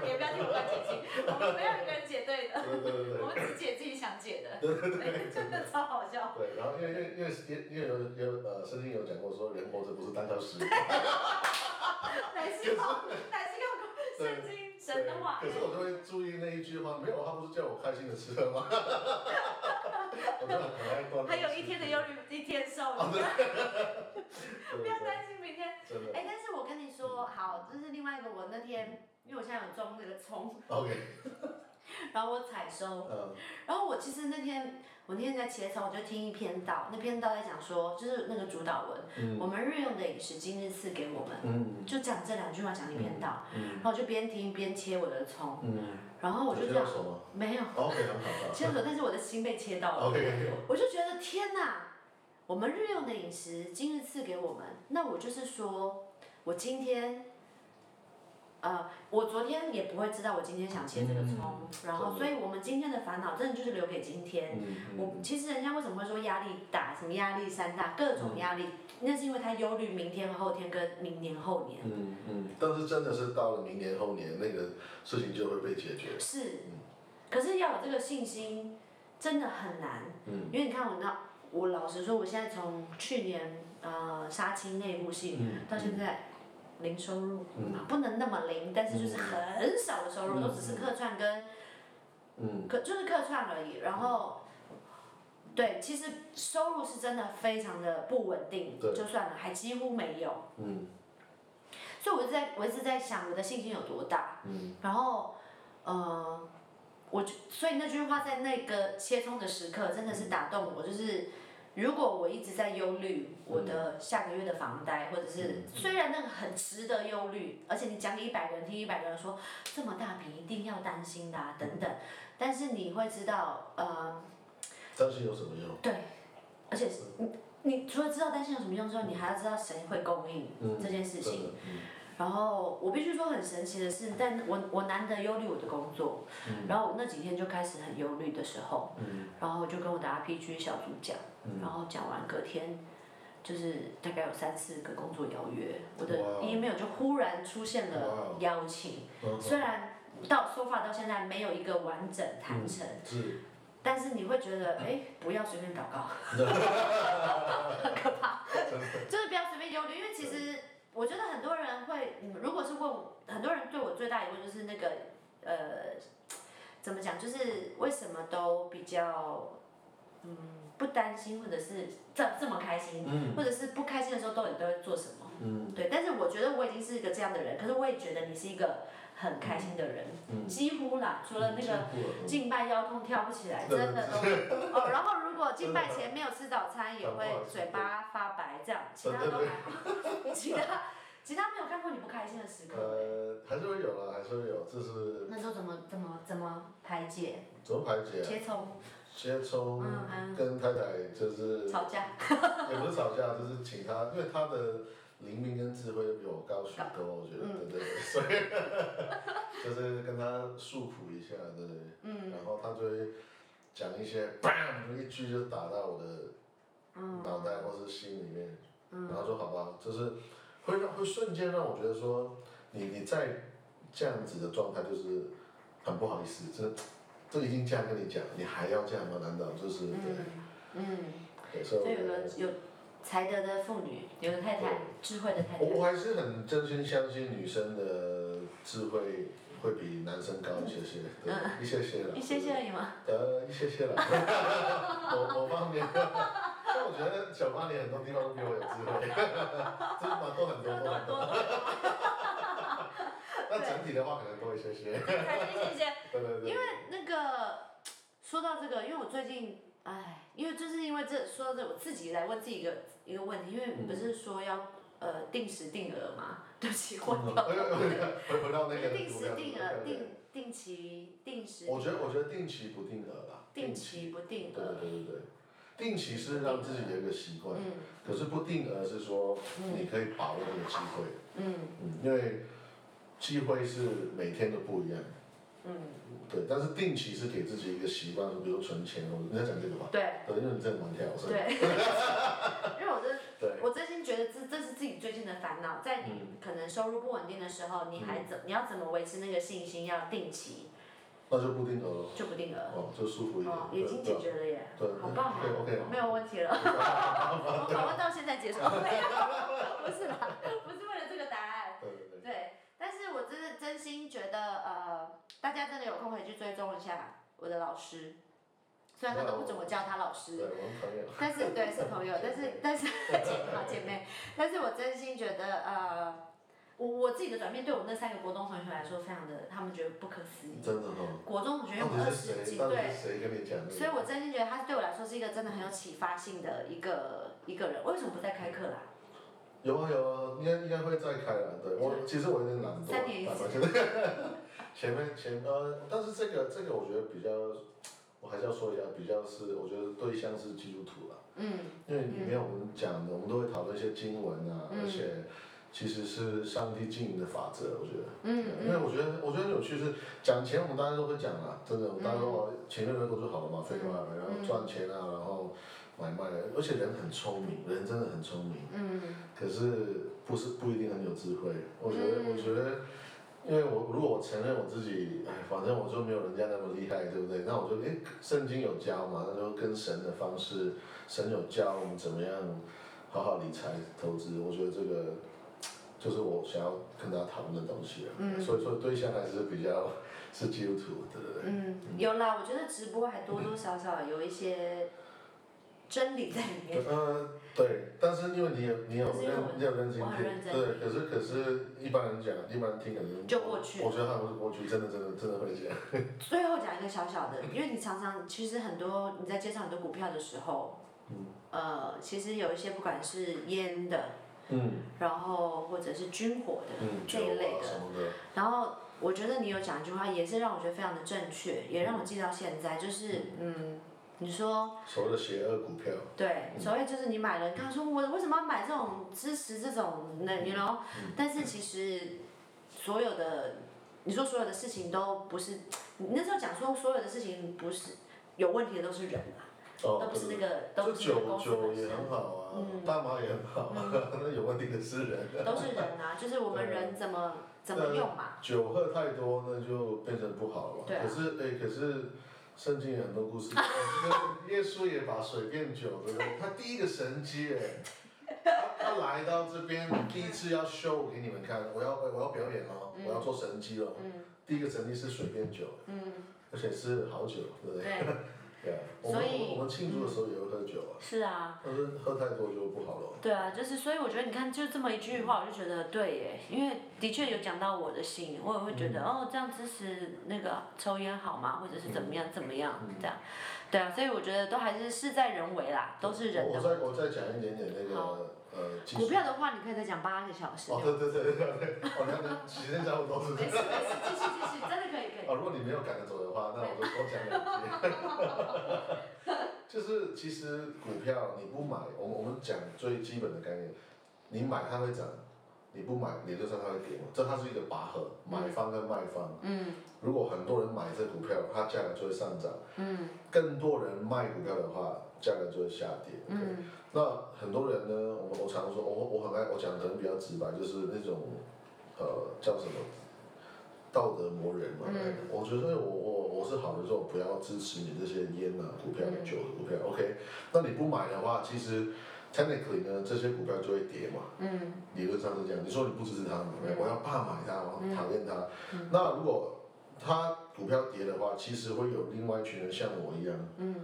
[SPEAKER 1] 也不要听我们解析，我们没有一个人解对的，
[SPEAKER 2] 对对对对
[SPEAKER 1] 我。们只解自己想解的，真的超好笑。
[SPEAKER 2] 对，然后因为因为因为因为有有呃，圣经有讲过说人活着不是单靠食物，
[SPEAKER 1] 哪是靠哪是靠圣经神的话
[SPEAKER 2] 可？是我就会注意那一句话，没有，他不是叫我开心的吃喝吗？我真的很爱断。
[SPEAKER 1] 还有一天的忧虑，一天受， 你
[SPEAKER 2] 哦对，
[SPEAKER 1] 不
[SPEAKER 2] 对
[SPEAKER 1] 要担心明天。
[SPEAKER 2] 真的嗯
[SPEAKER 1] 哎，但是我跟你说，好，这是另外一个我那天，因为我现在有种那个葱，
[SPEAKER 2] ，OK，
[SPEAKER 1] 然后我采收，
[SPEAKER 2] 嗯
[SPEAKER 1] 然后我其实那天我那天在切葱，我就听一篇道，那篇道在讲说，就是那个主导文，
[SPEAKER 2] 嗯
[SPEAKER 1] 我们日用的饮食今日赐给我们，
[SPEAKER 2] 嗯
[SPEAKER 1] 就讲这两句话，讲一篇道，
[SPEAKER 2] 嗯
[SPEAKER 1] 然后我就边听边切我的葱，
[SPEAKER 2] 嗯，
[SPEAKER 1] 然后我就
[SPEAKER 2] 有
[SPEAKER 1] 这
[SPEAKER 2] 牵
[SPEAKER 1] 样
[SPEAKER 2] 到，手吗
[SPEAKER 1] 没有
[SPEAKER 2] ？OK，很好很好
[SPEAKER 1] 切手，但是我的心被切到了，
[SPEAKER 2] ，OK，
[SPEAKER 1] 我就觉得天哪，我们日用的饮食今日赐给我们，那我就是说，我今天，呃，我昨天也不会知道我今天想切这个葱，
[SPEAKER 3] 嗯
[SPEAKER 1] 然后
[SPEAKER 2] 真的
[SPEAKER 1] 所以我们今天的烦恼真的就是留给今天。
[SPEAKER 2] 嗯嗯
[SPEAKER 1] 我其实人家为什么会说压力大，什么压力山大，各
[SPEAKER 2] 嗯
[SPEAKER 1] 种压力，那是因为他忧虑明天、后天跟明年、后年。
[SPEAKER 2] 嗯嗯，但是真的是到了明年后年，那个事情就会被解决。
[SPEAKER 1] 是
[SPEAKER 2] 嗯，
[SPEAKER 1] 可是要有这个信心，真的很难。
[SPEAKER 2] 嗯
[SPEAKER 1] 因为你看我那，我老实说，我现在从去年呃杀青内部戏
[SPEAKER 2] 嗯
[SPEAKER 1] 到现在，零收入，啊
[SPEAKER 2] 嗯
[SPEAKER 1] 不能那么零，但是就是
[SPEAKER 2] 嗯
[SPEAKER 1] 很少的收入，
[SPEAKER 2] 嗯
[SPEAKER 1] 都只是客串跟
[SPEAKER 2] 嗯
[SPEAKER 1] 客就是客串而已。然后，对，其实收入是真的非常的不稳定，
[SPEAKER 2] 对
[SPEAKER 1] 就算了，还几乎没有。
[SPEAKER 2] 嗯
[SPEAKER 1] 所以我一直在我一直在想我的信心有多大。
[SPEAKER 2] 嗯
[SPEAKER 1] 然后，呃，我就所以那句话在那个切葱的时刻真的是打动我，就是如果我一直在忧虑我的下个月的房贷，或者是虽然那个很值得忧虑，而且你讲给一百个人听，一百个人说这么大笔一定要担心的、啊、等等，但是你会知道，呃，
[SPEAKER 2] 但是有什么用？
[SPEAKER 1] 对，而且是你你除了知道担心有什么用之后，你还要知道谁会供应
[SPEAKER 2] 嗯
[SPEAKER 1] 这件事情。
[SPEAKER 2] 真的
[SPEAKER 1] 然后我必须说很神奇的是，但我我难得忧虑我的工作，然后我那几天就开始很忧虑的时候，
[SPEAKER 2] 嗯
[SPEAKER 1] 然后就跟我的 RPG 小组讲，然后讲完隔天，就是大概有三四个工作邀约，我的
[SPEAKER 2] 哇哦
[SPEAKER 1] email 就忽然出现
[SPEAKER 2] 哇哦
[SPEAKER 1] 了邀请，
[SPEAKER 2] 嗯
[SPEAKER 1] 虽然到说法到现在没有一个完整谈成，
[SPEAKER 2] 嗯是
[SPEAKER 1] 但是你会觉得哎，不要随便祷告，很可怕，就是不要随便忧虑，因为其实我觉得很多人会，嗯，如果是问我，很多人对我最大疑问就是那个呃，怎么讲，就是为什么都比较嗯不担心，或者是这这么开心，
[SPEAKER 2] 嗯
[SPEAKER 1] 或者是不开心的时候到底都会做什么？
[SPEAKER 2] 嗯
[SPEAKER 1] 对，但是我觉得我已经是一个这样的人，可是我也觉得你是一个很开心的人，
[SPEAKER 2] 嗯，
[SPEAKER 1] 几乎啦，除了那个敬拜腰痛跳不起来，真的都 哦。然后如果敬拜前没有吃早餐，也
[SPEAKER 2] 哦
[SPEAKER 1] 会嘴巴发白这样，其他都还好。 其他其他没有看过你不开心的时刻。
[SPEAKER 2] 呃，还是会有啦，还是会有，这是
[SPEAKER 1] 那时候怎么怎么怎么排解？
[SPEAKER 2] 怎么排解啊？
[SPEAKER 1] 切葱、
[SPEAKER 2] 先从
[SPEAKER 1] 嗯嗯
[SPEAKER 2] 跟太太就是
[SPEAKER 1] 吵架，
[SPEAKER 2] 也不是吵架，就是请他，因为他的灵敏跟智慧比我高许多，我觉得，
[SPEAKER 1] 嗯
[SPEAKER 2] 对对对，所以就是跟他诉苦一下，对对对，
[SPEAKER 1] 嗯
[SPEAKER 2] 然后他就会讲一些 bang 一句就打到我的脑
[SPEAKER 1] 嗯
[SPEAKER 2] 袋或是心里面，然
[SPEAKER 1] 嗯
[SPEAKER 2] 后说好吧，就是会让会瞬间让我觉得说你你在这样子的状态就是很不好意思，这都已经这样跟你讲，你还要这样吗？难道就是对？
[SPEAKER 1] 嗯，
[SPEAKER 2] 对，所
[SPEAKER 1] 所
[SPEAKER 2] 以我
[SPEAKER 1] 以有
[SPEAKER 2] 觉得
[SPEAKER 1] 个有才德的妇女，有个太太
[SPEAKER 2] 对，
[SPEAKER 1] 智慧的太
[SPEAKER 2] 我我
[SPEAKER 1] 太。
[SPEAKER 2] 还是很真心相信女生的智慧会比男生高一些些，对，一些些啦，
[SPEAKER 1] 嗯一些些而已嘛，
[SPEAKER 2] 呃，一些些啦， 某某方面， 但我觉得小八你很多地方都比我有智慧，真的蛮多很
[SPEAKER 1] 多
[SPEAKER 2] 多都
[SPEAKER 1] 多
[SPEAKER 2] 很 多，
[SPEAKER 1] 多多，
[SPEAKER 2] 那整体的话可能多一些些，
[SPEAKER 1] 才是一些些。
[SPEAKER 2] 对对对，因为
[SPEAKER 1] 那个说到这个，因为我最近，哎，因为就是因为这说到这，我自己来问自己一个一个问题，因为
[SPEAKER 2] 嗯
[SPEAKER 1] 不是说要呃定时定额嘛， 对不起，
[SPEAKER 2] 嗯回
[SPEAKER 1] 混掉了，
[SPEAKER 2] 回回到那个
[SPEAKER 1] 定时定额
[SPEAKER 2] 对对
[SPEAKER 1] 定定期定时
[SPEAKER 2] 对，我觉得我觉得定期不定额啦，
[SPEAKER 1] 定期不定
[SPEAKER 2] 定期，对
[SPEAKER 1] 额，
[SPEAKER 2] 对对对，定期是让自己有一个习惯。
[SPEAKER 1] 嗯
[SPEAKER 2] 可是不定额是说你可以把握那个机会，
[SPEAKER 1] 嗯
[SPEAKER 2] 嗯，因为机会是每天都不一样，
[SPEAKER 1] 嗯，
[SPEAKER 2] 对。但是定期是给自己一个习惯，比如说存钱，我你在讲这个吧？
[SPEAKER 1] 对
[SPEAKER 2] 对，因为你真的蛮跳，所以
[SPEAKER 1] 对，因为我真
[SPEAKER 2] 对，
[SPEAKER 1] 我真心觉得这这是自己最近的烦恼，在
[SPEAKER 2] 嗯
[SPEAKER 1] 你可能收入不稳定的时候，你还怎你要怎么维持那个信心？要定期
[SPEAKER 2] 那就不定额了，
[SPEAKER 1] 就不定额。
[SPEAKER 2] 哦，就舒服一点
[SPEAKER 1] 哦，，已经
[SPEAKER 2] 对
[SPEAKER 1] 解决了耶，
[SPEAKER 2] 对
[SPEAKER 1] 好棒啊
[SPEAKER 2] 对，OK，
[SPEAKER 1] 没有问题 了。我访问到现在结束，没有 不是啦，不是为了这个答案。
[SPEAKER 2] 对对对，
[SPEAKER 1] 对，但是我真的真心觉得，呃，大家真的有空可以去追踪一下我的老师，虽然他都不怎么叫他老
[SPEAKER 2] 对，
[SPEAKER 1] 师，
[SPEAKER 2] 对我们朋友，
[SPEAKER 1] 但是对是朋友，但是 但是好姐妹，但是我真心觉得，呃，我我自己的转变对我那三个国中同学来说，非常的，他们觉得不可思议。
[SPEAKER 2] 真的哈，
[SPEAKER 1] 国中同学用
[SPEAKER 2] 到
[SPEAKER 1] 二
[SPEAKER 2] 底
[SPEAKER 1] 十
[SPEAKER 2] 是
[SPEAKER 1] 几
[SPEAKER 2] 谁？到底
[SPEAKER 1] 对
[SPEAKER 2] 是。谁跟你讲那个？
[SPEAKER 1] 所以，我真心觉得他对我来说是一个真的很有启发性的一个一个人。为什么不再开课啦？
[SPEAKER 2] 有啊有啊，应该应该会再开了。对我其实我有点懒惰，
[SPEAKER 1] 三年一次
[SPEAKER 2] 坦白讲 前面前呃，但是这个这个我觉得比较，我还是要说一下，比较是我觉得对象是基督徒啦，
[SPEAKER 1] 嗯
[SPEAKER 2] 因为里面我们讲的，我们都会讨论一些经文啊，
[SPEAKER 1] 嗯
[SPEAKER 2] 而且其实是上帝经营的法则，我觉得。
[SPEAKER 1] 嗯
[SPEAKER 2] 对因为
[SPEAKER 1] 嗯
[SPEAKER 2] 我觉得，我觉得很有趣是讲钱，我们大家都会讲啊，真的，我们大家都
[SPEAKER 1] 嗯
[SPEAKER 2] 哦钱越多越多就好了嘛，废话，然后赚钱啊，然后买卖，而且人很聪明，人真的很聪明，
[SPEAKER 1] 嗯
[SPEAKER 2] 可是不是不一定很有智慧。我觉得，
[SPEAKER 1] 嗯
[SPEAKER 2] 我觉得，因为我如果我承认我自己，哎，反正我就没有人家那么厉害，对不对？那我就哎，圣经有教嘛，那就跟神的方式，神有教我们怎么样好好理财投资。我觉得这个就是我想要跟大家讨论的东西啊。
[SPEAKER 1] 嗯
[SPEAKER 2] 所以说，对象还是比较 是基督徒，对不对？
[SPEAKER 1] 嗯，有啦，我觉得直播还多多少少有一些真理在里面。
[SPEAKER 2] 对呃，对，但是因为你有你有
[SPEAKER 1] 可是因为我
[SPEAKER 2] 认你有认真
[SPEAKER 1] 我很
[SPEAKER 2] 听
[SPEAKER 1] 认，真
[SPEAKER 2] 对，可是可是一般人讲，一般人听可能
[SPEAKER 1] 就过去了
[SPEAKER 2] 我觉得他们是过去，真的真的真的会这样。
[SPEAKER 1] 最后讲一个小小的，因为你常常其实很多你在介绍很多股票的时候，
[SPEAKER 2] 嗯
[SPEAKER 1] 呃，其实有一些不管是烟的，
[SPEAKER 2] 嗯
[SPEAKER 1] 然后或者是军火的、
[SPEAKER 2] 嗯，
[SPEAKER 1] 这一类
[SPEAKER 2] 酒啊什
[SPEAKER 1] 的，
[SPEAKER 2] 么的，
[SPEAKER 1] 然后我觉得你有讲一句话，也是让我觉得非常的正确，也让我记到现在，就是嗯，你说
[SPEAKER 2] 所谓的邪恶股票，
[SPEAKER 1] 对，
[SPEAKER 2] 嗯
[SPEAKER 1] 所谓就是你买了，你看说我为什么要买这种支持这种那你 you know？
[SPEAKER 2] 嗯
[SPEAKER 1] 但是其实所有的，你说所有的事情都不是，你那时候讲说所有的事情不是有问题的都是人啊，
[SPEAKER 2] 哦，
[SPEAKER 1] 都不是那个，都
[SPEAKER 2] 就
[SPEAKER 1] 不是那个
[SPEAKER 2] 酒
[SPEAKER 1] 公司
[SPEAKER 2] 酒
[SPEAKER 1] 本
[SPEAKER 2] 也
[SPEAKER 1] 身，
[SPEAKER 2] 很好啊，
[SPEAKER 1] 嗯
[SPEAKER 2] 大麻也很好啊， 那有问题的是人。
[SPEAKER 1] 都是人啊，就是我们
[SPEAKER 2] 对
[SPEAKER 1] 人怎么怎么用嘛，
[SPEAKER 2] 酒喝太多，那就变成不好了嘛。
[SPEAKER 1] 对啊
[SPEAKER 2] 可是，哎，可是圣经有很多故事，哎那耶稣也把水变酒，对不对？他第一个神迹，哎，他他来到这边第一次要 show 给你们看，我要我要表演哦，我要做神迹哦。
[SPEAKER 1] 嗯
[SPEAKER 2] 第一个神迹是水变酒，
[SPEAKER 1] 嗯，
[SPEAKER 2] 而且是好酒，对不对？
[SPEAKER 1] 对，
[SPEAKER 2] 对啊，我们
[SPEAKER 1] 所以
[SPEAKER 2] 我们庆祝的时候也会喝酒啊，
[SPEAKER 1] 是啊。
[SPEAKER 2] 但是喝太多就不好了。
[SPEAKER 1] 对啊，就是所以我觉得你看，就这么一句话，我就觉得对耶，因为的确有讲到我的心，我也会
[SPEAKER 2] 嗯
[SPEAKER 1] 觉得、哦，这样支持那个抽烟好吗？或者是怎么样怎么样、
[SPEAKER 2] 嗯
[SPEAKER 1] 这样，对啊，所以我觉得都还是事在人为啦，都是人
[SPEAKER 2] 我
[SPEAKER 1] 的
[SPEAKER 2] 我
[SPEAKER 1] 问
[SPEAKER 2] 再
[SPEAKER 1] 题。
[SPEAKER 2] 我再讲一点点那
[SPEAKER 1] 好
[SPEAKER 2] 个呃技术
[SPEAKER 1] 股票的话，你可以再讲八个小时。
[SPEAKER 2] 哦，对对对对对，哦，你看时间差不多是不
[SPEAKER 1] 没
[SPEAKER 2] 是
[SPEAKER 1] 事没？事，继续继续，真的可以可以。
[SPEAKER 2] 哦，如果你没有赶着走的话，那我就多讲两句。 就是其实股票你不买，我们我们讲最基本的概念，你买它会涨，你不买理论上它会跌嘛，这它是一个拔河，买方跟卖方。
[SPEAKER 1] 嗯
[SPEAKER 2] 如果很多人买这股票，它价格就会上涨；
[SPEAKER 1] 嗯
[SPEAKER 2] 更多人卖股票的话，价格就会下跌。OK
[SPEAKER 1] 嗯
[SPEAKER 2] 那很多人呢，我我常说，哦我我很爱我讲的可能比较直白，就是那种，呃，叫什么，道德磨人嘛。
[SPEAKER 1] 嗯
[SPEAKER 2] 我觉得我我我是好的，说我不要支持你这些烟啊、股票、
[SPEAKER 1] 嗯
[SPEAKER 2] 酒的股票。OK，那你不买的话，其实 technically 呢，这些股票就会跌嘛。
[SPEAKER 1] 嗯
[SPEAKER 2] 理论上是这样。你说你不支持他嘛？
[SPEAKER 1] 嗯
[SPEAKER 2] 我要怕买它，我
[SPEAKER 1] 嗯
[SPEAKER 2] 讨厌它。
[SPEAKER 1] 嗯
[SPEAKER 2] 那如果他股票跌的话，其实会有另外一群人像我一样。
[SPEAKER 1] 嗯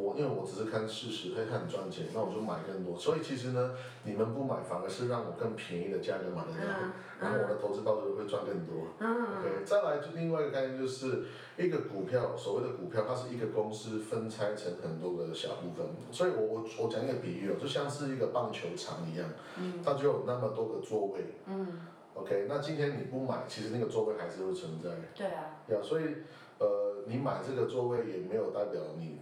[SPEAKER 2] 我因为我只是看事实，会看你赚钱，那我就买更多。所以其实呢，你们不买反而是让我更便宜的价格买得到，
[SPEAKER 1] 嗯
[SPEAKER 2] 然后我的投资报酬会赚更多。
[SPEAKER 1] 嗯
[SPEAKER 2] OK，再来就另外一个概念就是一个股票，所谓的股票，它是一个公司分拆成很多个小部分。所以我我我讲一个比喻哦，就像是一个棒球场一样，
[SPEAKER 1] 嗯
[SPEAKER 2] 它就有那么多个座位。
[SPEAKER 1] 嗯，
[SPEAKER 2] OK，那今天你不买，其实那个座位还是会存在。
[SPEAKER 1] 对啊，
[SPEAKER 2] 对啊，所以呃，你买这个座位也没有代表你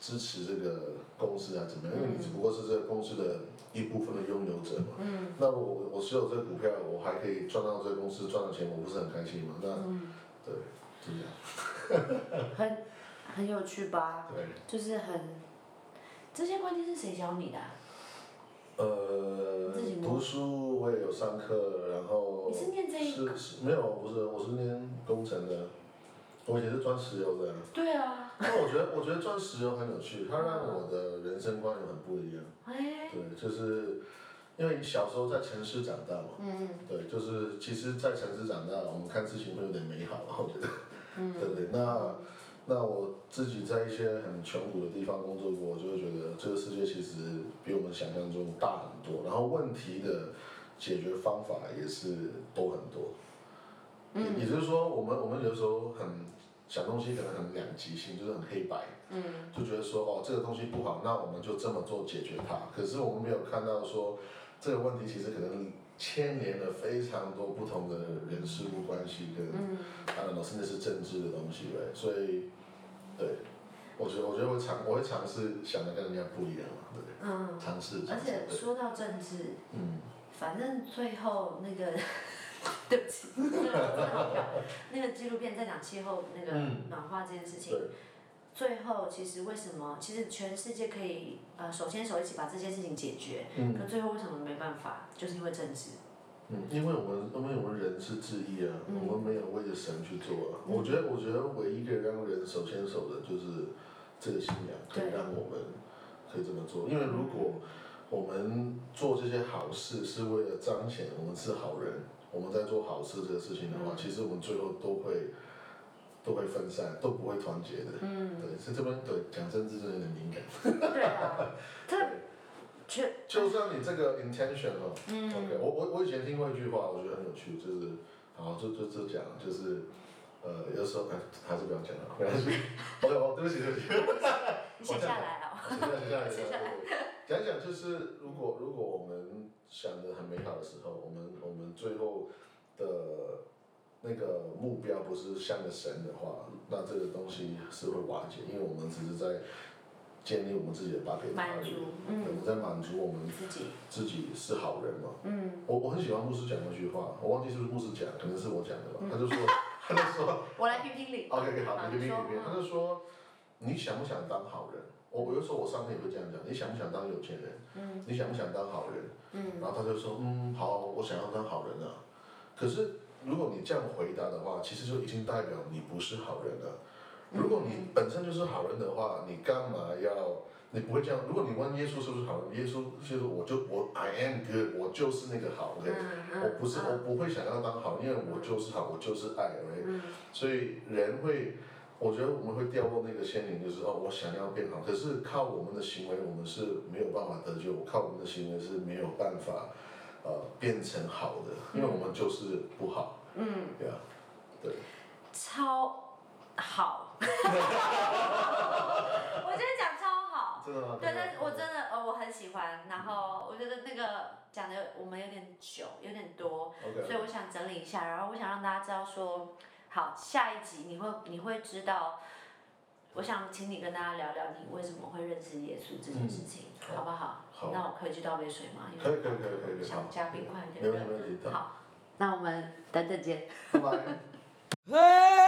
[SPEAKER 2] 支持这个公司啊怎么样，因为你只不过是这个公司的一部分的拥有者嘛。
[SPEAKER 1] 嗯
[SPEAKER 2] 那如果我我持有这个股票，我还可以赚到这个公司赚的钱，我不是很开心吗？那
[SPEAKER 1] 嗯，
[SPEAKER 2] 对，就这样。嗯
[SPEAKER 1] 很很有趣吧？
[SPEAKER 2] 对，
[SPEAKER 1] 就是很，这些观念是谁教你的啊、
[SPEAKER 2] 呃
[SPEAKER 1] 自己，摸
[SPEAKER 2] 读书我也有上课，然后
[SPEAKER 1] 你是念这一
[SPEAKER 2] 是是没有，不是，我是念工程的，我以前是钻石 油的。
[SPEAKER 1] 对啊，
[SPEAKER 2] 但我觉得，我觉得钻石油很有趣，它让我的人生观有很不一样。
[SPEAKER 1] 哎，
[SPEAKER 2] 对，就是因为小时候在城市长大嘛，
[SPEAKER 1] 嗯
[SPEAKER 2] 对，就是其实，在城市长大，我们看事情会有点美好，我觉得，
[SPEAKER 1] 嗯
[SPEAKER 2] 对不对？那那我自己在一些很穷苦的地方工作过，我就会觉得这个世界其实比我们想象中大很多，然后问题的解决方法也是多很多。
[SPEAKER 1] 嗯
[SPEAKER 2] 也也就是说，我们我们有时候很想东西可能很两极性，就是很黑白。
[SPEAKER 1] 嗯
[SPEAKER 2] 就觉得说哦这个东西不好，那我们就这么做解决它。可是我们没有看到说这个问题其实可能牵连了非常多不同的人事物关系跟，
[SPEAKER 1] 嗯，
[SPEAKER 2] 当然了，甚至是政治的东西呗。所以，对，我觉得我觉得会尝我会尝试想的跟人家不一样嘛，对，
[SPEAKER 1] 嗯，
[SPEAKER 2] 尝试。
[SPEAKER 1] 而且
[SPEAKER 2] 尝试
[SPEAKER 1] 说到政治，
[SPEAKER 2] 嗯，
[SPEAKER 1] 反正最后那个，对不起，真的真的好跳。那个纪录片在讲气候那个
[SPEAKER 2] 嗯
[SPEAKER 1] 暖化这件事情，
[SPEAKER 2] 对，
[SPEAKER 1] 最后其实为什么？其实全世界可以呃手牵手一起把这件事情解决，
[SPEAKER 2] 嗯
[SPEAKER 1] 可最后为什么没办法？就是因为政治。
[SPEAKER 2] 嗯，因为我们因为我们人是自意啊，
[SPEAKER 1] 嗯
[SPEAKER 2] 我们没有为着神去做啊。
[SPEAKER 1] 嗯
[SPEAKER 2] 我觉得我觉得唯一可以让人手牵手的就是这个信仰，可
[SPEAKER 1] 对
[SPEAKER 2] 以让我们可以这么做。因为如果我们做这些好事是为了彰显我们是好人，我们在做好事这个事情的话，
[SPEAKER 1] 嗯
[SPEAKER 2] 其实我们最后都会都会分散，都不会团结的。
[SPEAKER 1] 嗯，
[SPEAKER 2] 对，是这边对讲政治真的有点敏感。
[SPEAKER 1] 对啊，特
[SPEAKER 2] 对
[SPEAKER 1] 确
[SPEAKER 2] 就算你这个 intention 哦，OK，
[SPEAKER 1] 嗯
[SPEAKER 2] 我我我以前听过一句话，我觉得很有趣，就是，好，就就就讲，就是，呃，有时候哎，还是不要讲了，没关系。OK，哦，对不起，对 不起，
[SPEAKER 1] 你写下来啊。
[SPEAKER 2] 写下来写下来，写
[SPEAKER 1] 写
[SPEAKER 2] 下
[SPEAKER 1] 下
[SPEAKER 2] 来。讲一讲就是，如果如果我们想的很美好的时候，我们我们最后的那个目标不是像个神的话，那这个东西是会瓦解，因为我们只是在建立我们自己的 bucket
[SPEAKER 1] 满
[SPEAKER 2] list，
[SPEAKER 1] 足，
[SPEAKER 2] 对我
[SPEAKER 1] 嗯，
[SPEAKER 2] 们在满足我们
[SPEAKER 1] 自己，
[SPEAKER 2] 自己是好人嘛。
[SPEAKER 1] 嗯，
[SPEAKER 2] 我我很喜欢牧师讲那句话，我忘记是不是牧师讲，可能是我讲的吧。
[SPEAKER 1] 嗯
[SPEAKER 2] 他就说， 他就 说
[SPEAKER 1] 我来评评理。
[SPEAKER 2] ，OK OK 好，
[SPEAKER 1] 好
[SPEAKER 2] 你
[SPEAKER 1] 你
[SPEAKER 2] 别
[SPEAKER 1] 说嗯
[SPEAKER 2] 别别，他就说，你想不想当好人？我我就说我上课也会这样讲，你想不想当有钱人？
[SPEAKER 1] 嗯
[SPEAKER 2] 你想不想当好人？
[SPEAKER 1] 嗯
[SPEAKER 2] 然后他就说，嗯，好，我想要当好人啊。可是如果你这样回答的话，其实就已经代表你不是好人了。如果你本身就是好人的话，你干嘛要？你不会这样。如果你问耶稣是不是好人，耶稣就是我就我 I am good，我就是那个好人。
[SPEAKER 1] 嗯嗯，
[SPEAKER 2] 我不是，我
[SPEAKER 1] 嗯
[SPEAKER 2] 不会想要当好，因为我就是好，我就是爱而已。
[SPEAKER 1] 嗯
[SPEAKER 2] 所以人会，我觉得我们会掉入那个陷阱，就是哦，我想要变好，可是靠我们的行为，我们是没有办法得救，靠我们的行为是没有办法，呃，变成好的，因为我们就是不好，
[SPEAKER 1] 嗯。
[SPEAKER 2] 对啊，对，
[SPEAKER 1] 超好，我觉得讲超好。
[SPEAKER 2] 真的吗？
[SPEAKER 1] 对，但是我真的呃我很喜欢，然后我觉得那个讲的我们有点久，有点多，所
[SPEAKER 2] OK，
[SPEAKER 1] 以我想整理一下，然后我想让大家知道说，好，下一集你会你会知道，我想请你跟大家聊聊你为什么会认识耶稣这件事情，
[SPEAKER 2] 嗯
[SPEAKER 1] 好不好？
[SPEAKER 2] 好
[SPEAKER 1] 那我可以去倒杯水吗？因为
[SPEAKER 2] 可以可以可以可以，
[SPEAKER 1] 想，
[SPEAKER 2] 好
[SPEAKER 1] 嘉宾快一
[SPEAKER 2] 没
[SPEAKER 1] 点
[SPEAKER 2] 问题没问题，
[SPEAKER 1] 好，那我们等等见。
[SPEAKER 2] 拜拜。
[SPEAKER 4] Hey!